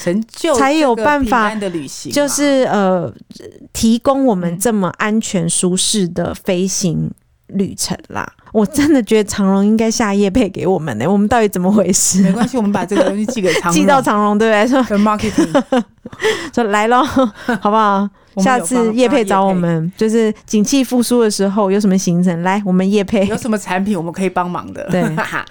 Speaker 3: 成就
Speaker 2: 才有
Speaker 3: 这个
Speaker 2: 办
Speaker 3: 平
Speaker 2: 法
Speaker 3: 安的旅行嘛，
Speaker 2: 就是呃，提供我们
Speaker 3: 嗯
Speaker 2: 这么安全舒适的飞行旅程啦。我真的觉得长荣应该下夜配给我们呢、我们到底怎么回事
Speaker 3: 没
Speaker 2: 啊？
Speaker 3: 关系，我们把这个东 西寄给长
Speaker 2: 寄到
Speaker 3: 荣
Speaker 2: 长荣对不对？说
Speaker 3: 跟 marketing，
Speaker 2: 说来 喽，好不好？
Speaker 3: 我们
Speaker 2: 下
Speaker 3: 有帮
Speaker 2: 次叶配找我。们，就是景气复苏的时候有什么行程，来我们叶
Speaker 3: 帮
Speaker 2: 配
Speaker 3: 业配。有什么产品我们可以帮忙的？
Speaker 2: 对，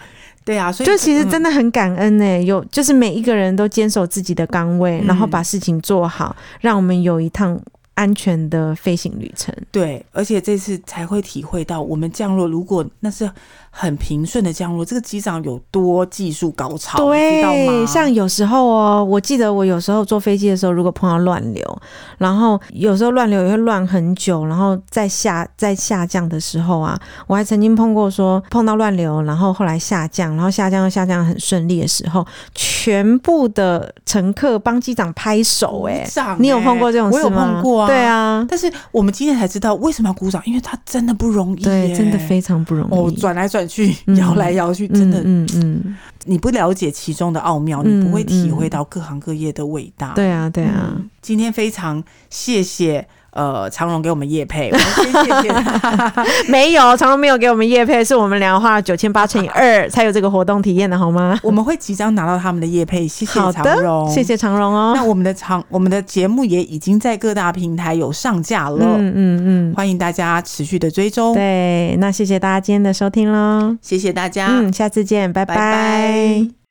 Speaker 3: 对啊，所以
Speaker 2: 就其实
Speaker 3: 嗯
Speaker 2: 真的很感恩呢、有就是每一个人都坚守自己的岗位，
Speaker 3: 嗯
Speaker 2: 然后把事情做好，让我们有一趟安全的飞行旅程。
Speaker 3: 对，而且这次才会体会到，我们降落如果那是很平顺的降落，这个机长有多技术高超，你知道吗？
Speaker 2: 对，像有时候哦，我记得我有时候坐飞机的时候，如果碰到乱流，然后有时候乱流也会乱很久，然后再下再下降的时候啊，我还曾经碰过说碰到乱流，然后后来下降，然后下降又下降得很顺利的时候，全部的乘客帮机长拍手、
Speaker 3: 鼓
Speaker 2: 哎、
Speaker 3: 掌、欸
Speaker 2: 你有碰过这种
Speaker 3: 我
Speaker 2: 事
Speaker 3: 有
Speaker 2: 吗？
Speaker 3: 碰过啊，
Speaker 2: 对。啊，
Speaker 3: 但是我们今天才知道为什么要鼓掌，因为他真的不容易耶，
Speaker 2: 对，真的非常不容
Speaker 3: 哦，
Speaker 2: 易。
Speaker 3: 转来转去，
Speaker 2: 嗯
Speaker 3: 摇来摇去，真的，
Speaker 2: 嗯嗯嗯，
Speaker 3: 你不了解其中的奥妙，
Speaker 2: 嗯
Speaker 3: 你不会体会到各行各业的伟大。
Speaker 2: 对啊，对啊，
Speaker 3: 嗯今天非常谢谢呃长荣给我们业 配，我们先谢谢他。
Speaker 2: 没有， 长隆没有给我们业配，是我们俩花了九千八乘以二才有这个活动体验的，好吗？
Speaker 3: 我们会即将拿到他们的业配，谢谢
Speaker 2: 好
Speaker 3: 长荣，
Speaker 2: 的，谢。谢长隆
Speaker 3: 那
Speaker 2: 哦。
Speaker 3: 我们的长我们的节目也已经在各大平台有上架了，
Speaker 2: 嗯嗯
Speaker 3: 欢迎大家持续的追
Speaker 2: 嗯，
Speaker 3: 踪，
Speaker 2: 对，那谢谢大家今天的收听喽。嗯
Speaker 3: 谢谢大家，
Speaker 2: 嗯，下次见，拜
Speaker 3: 拜拜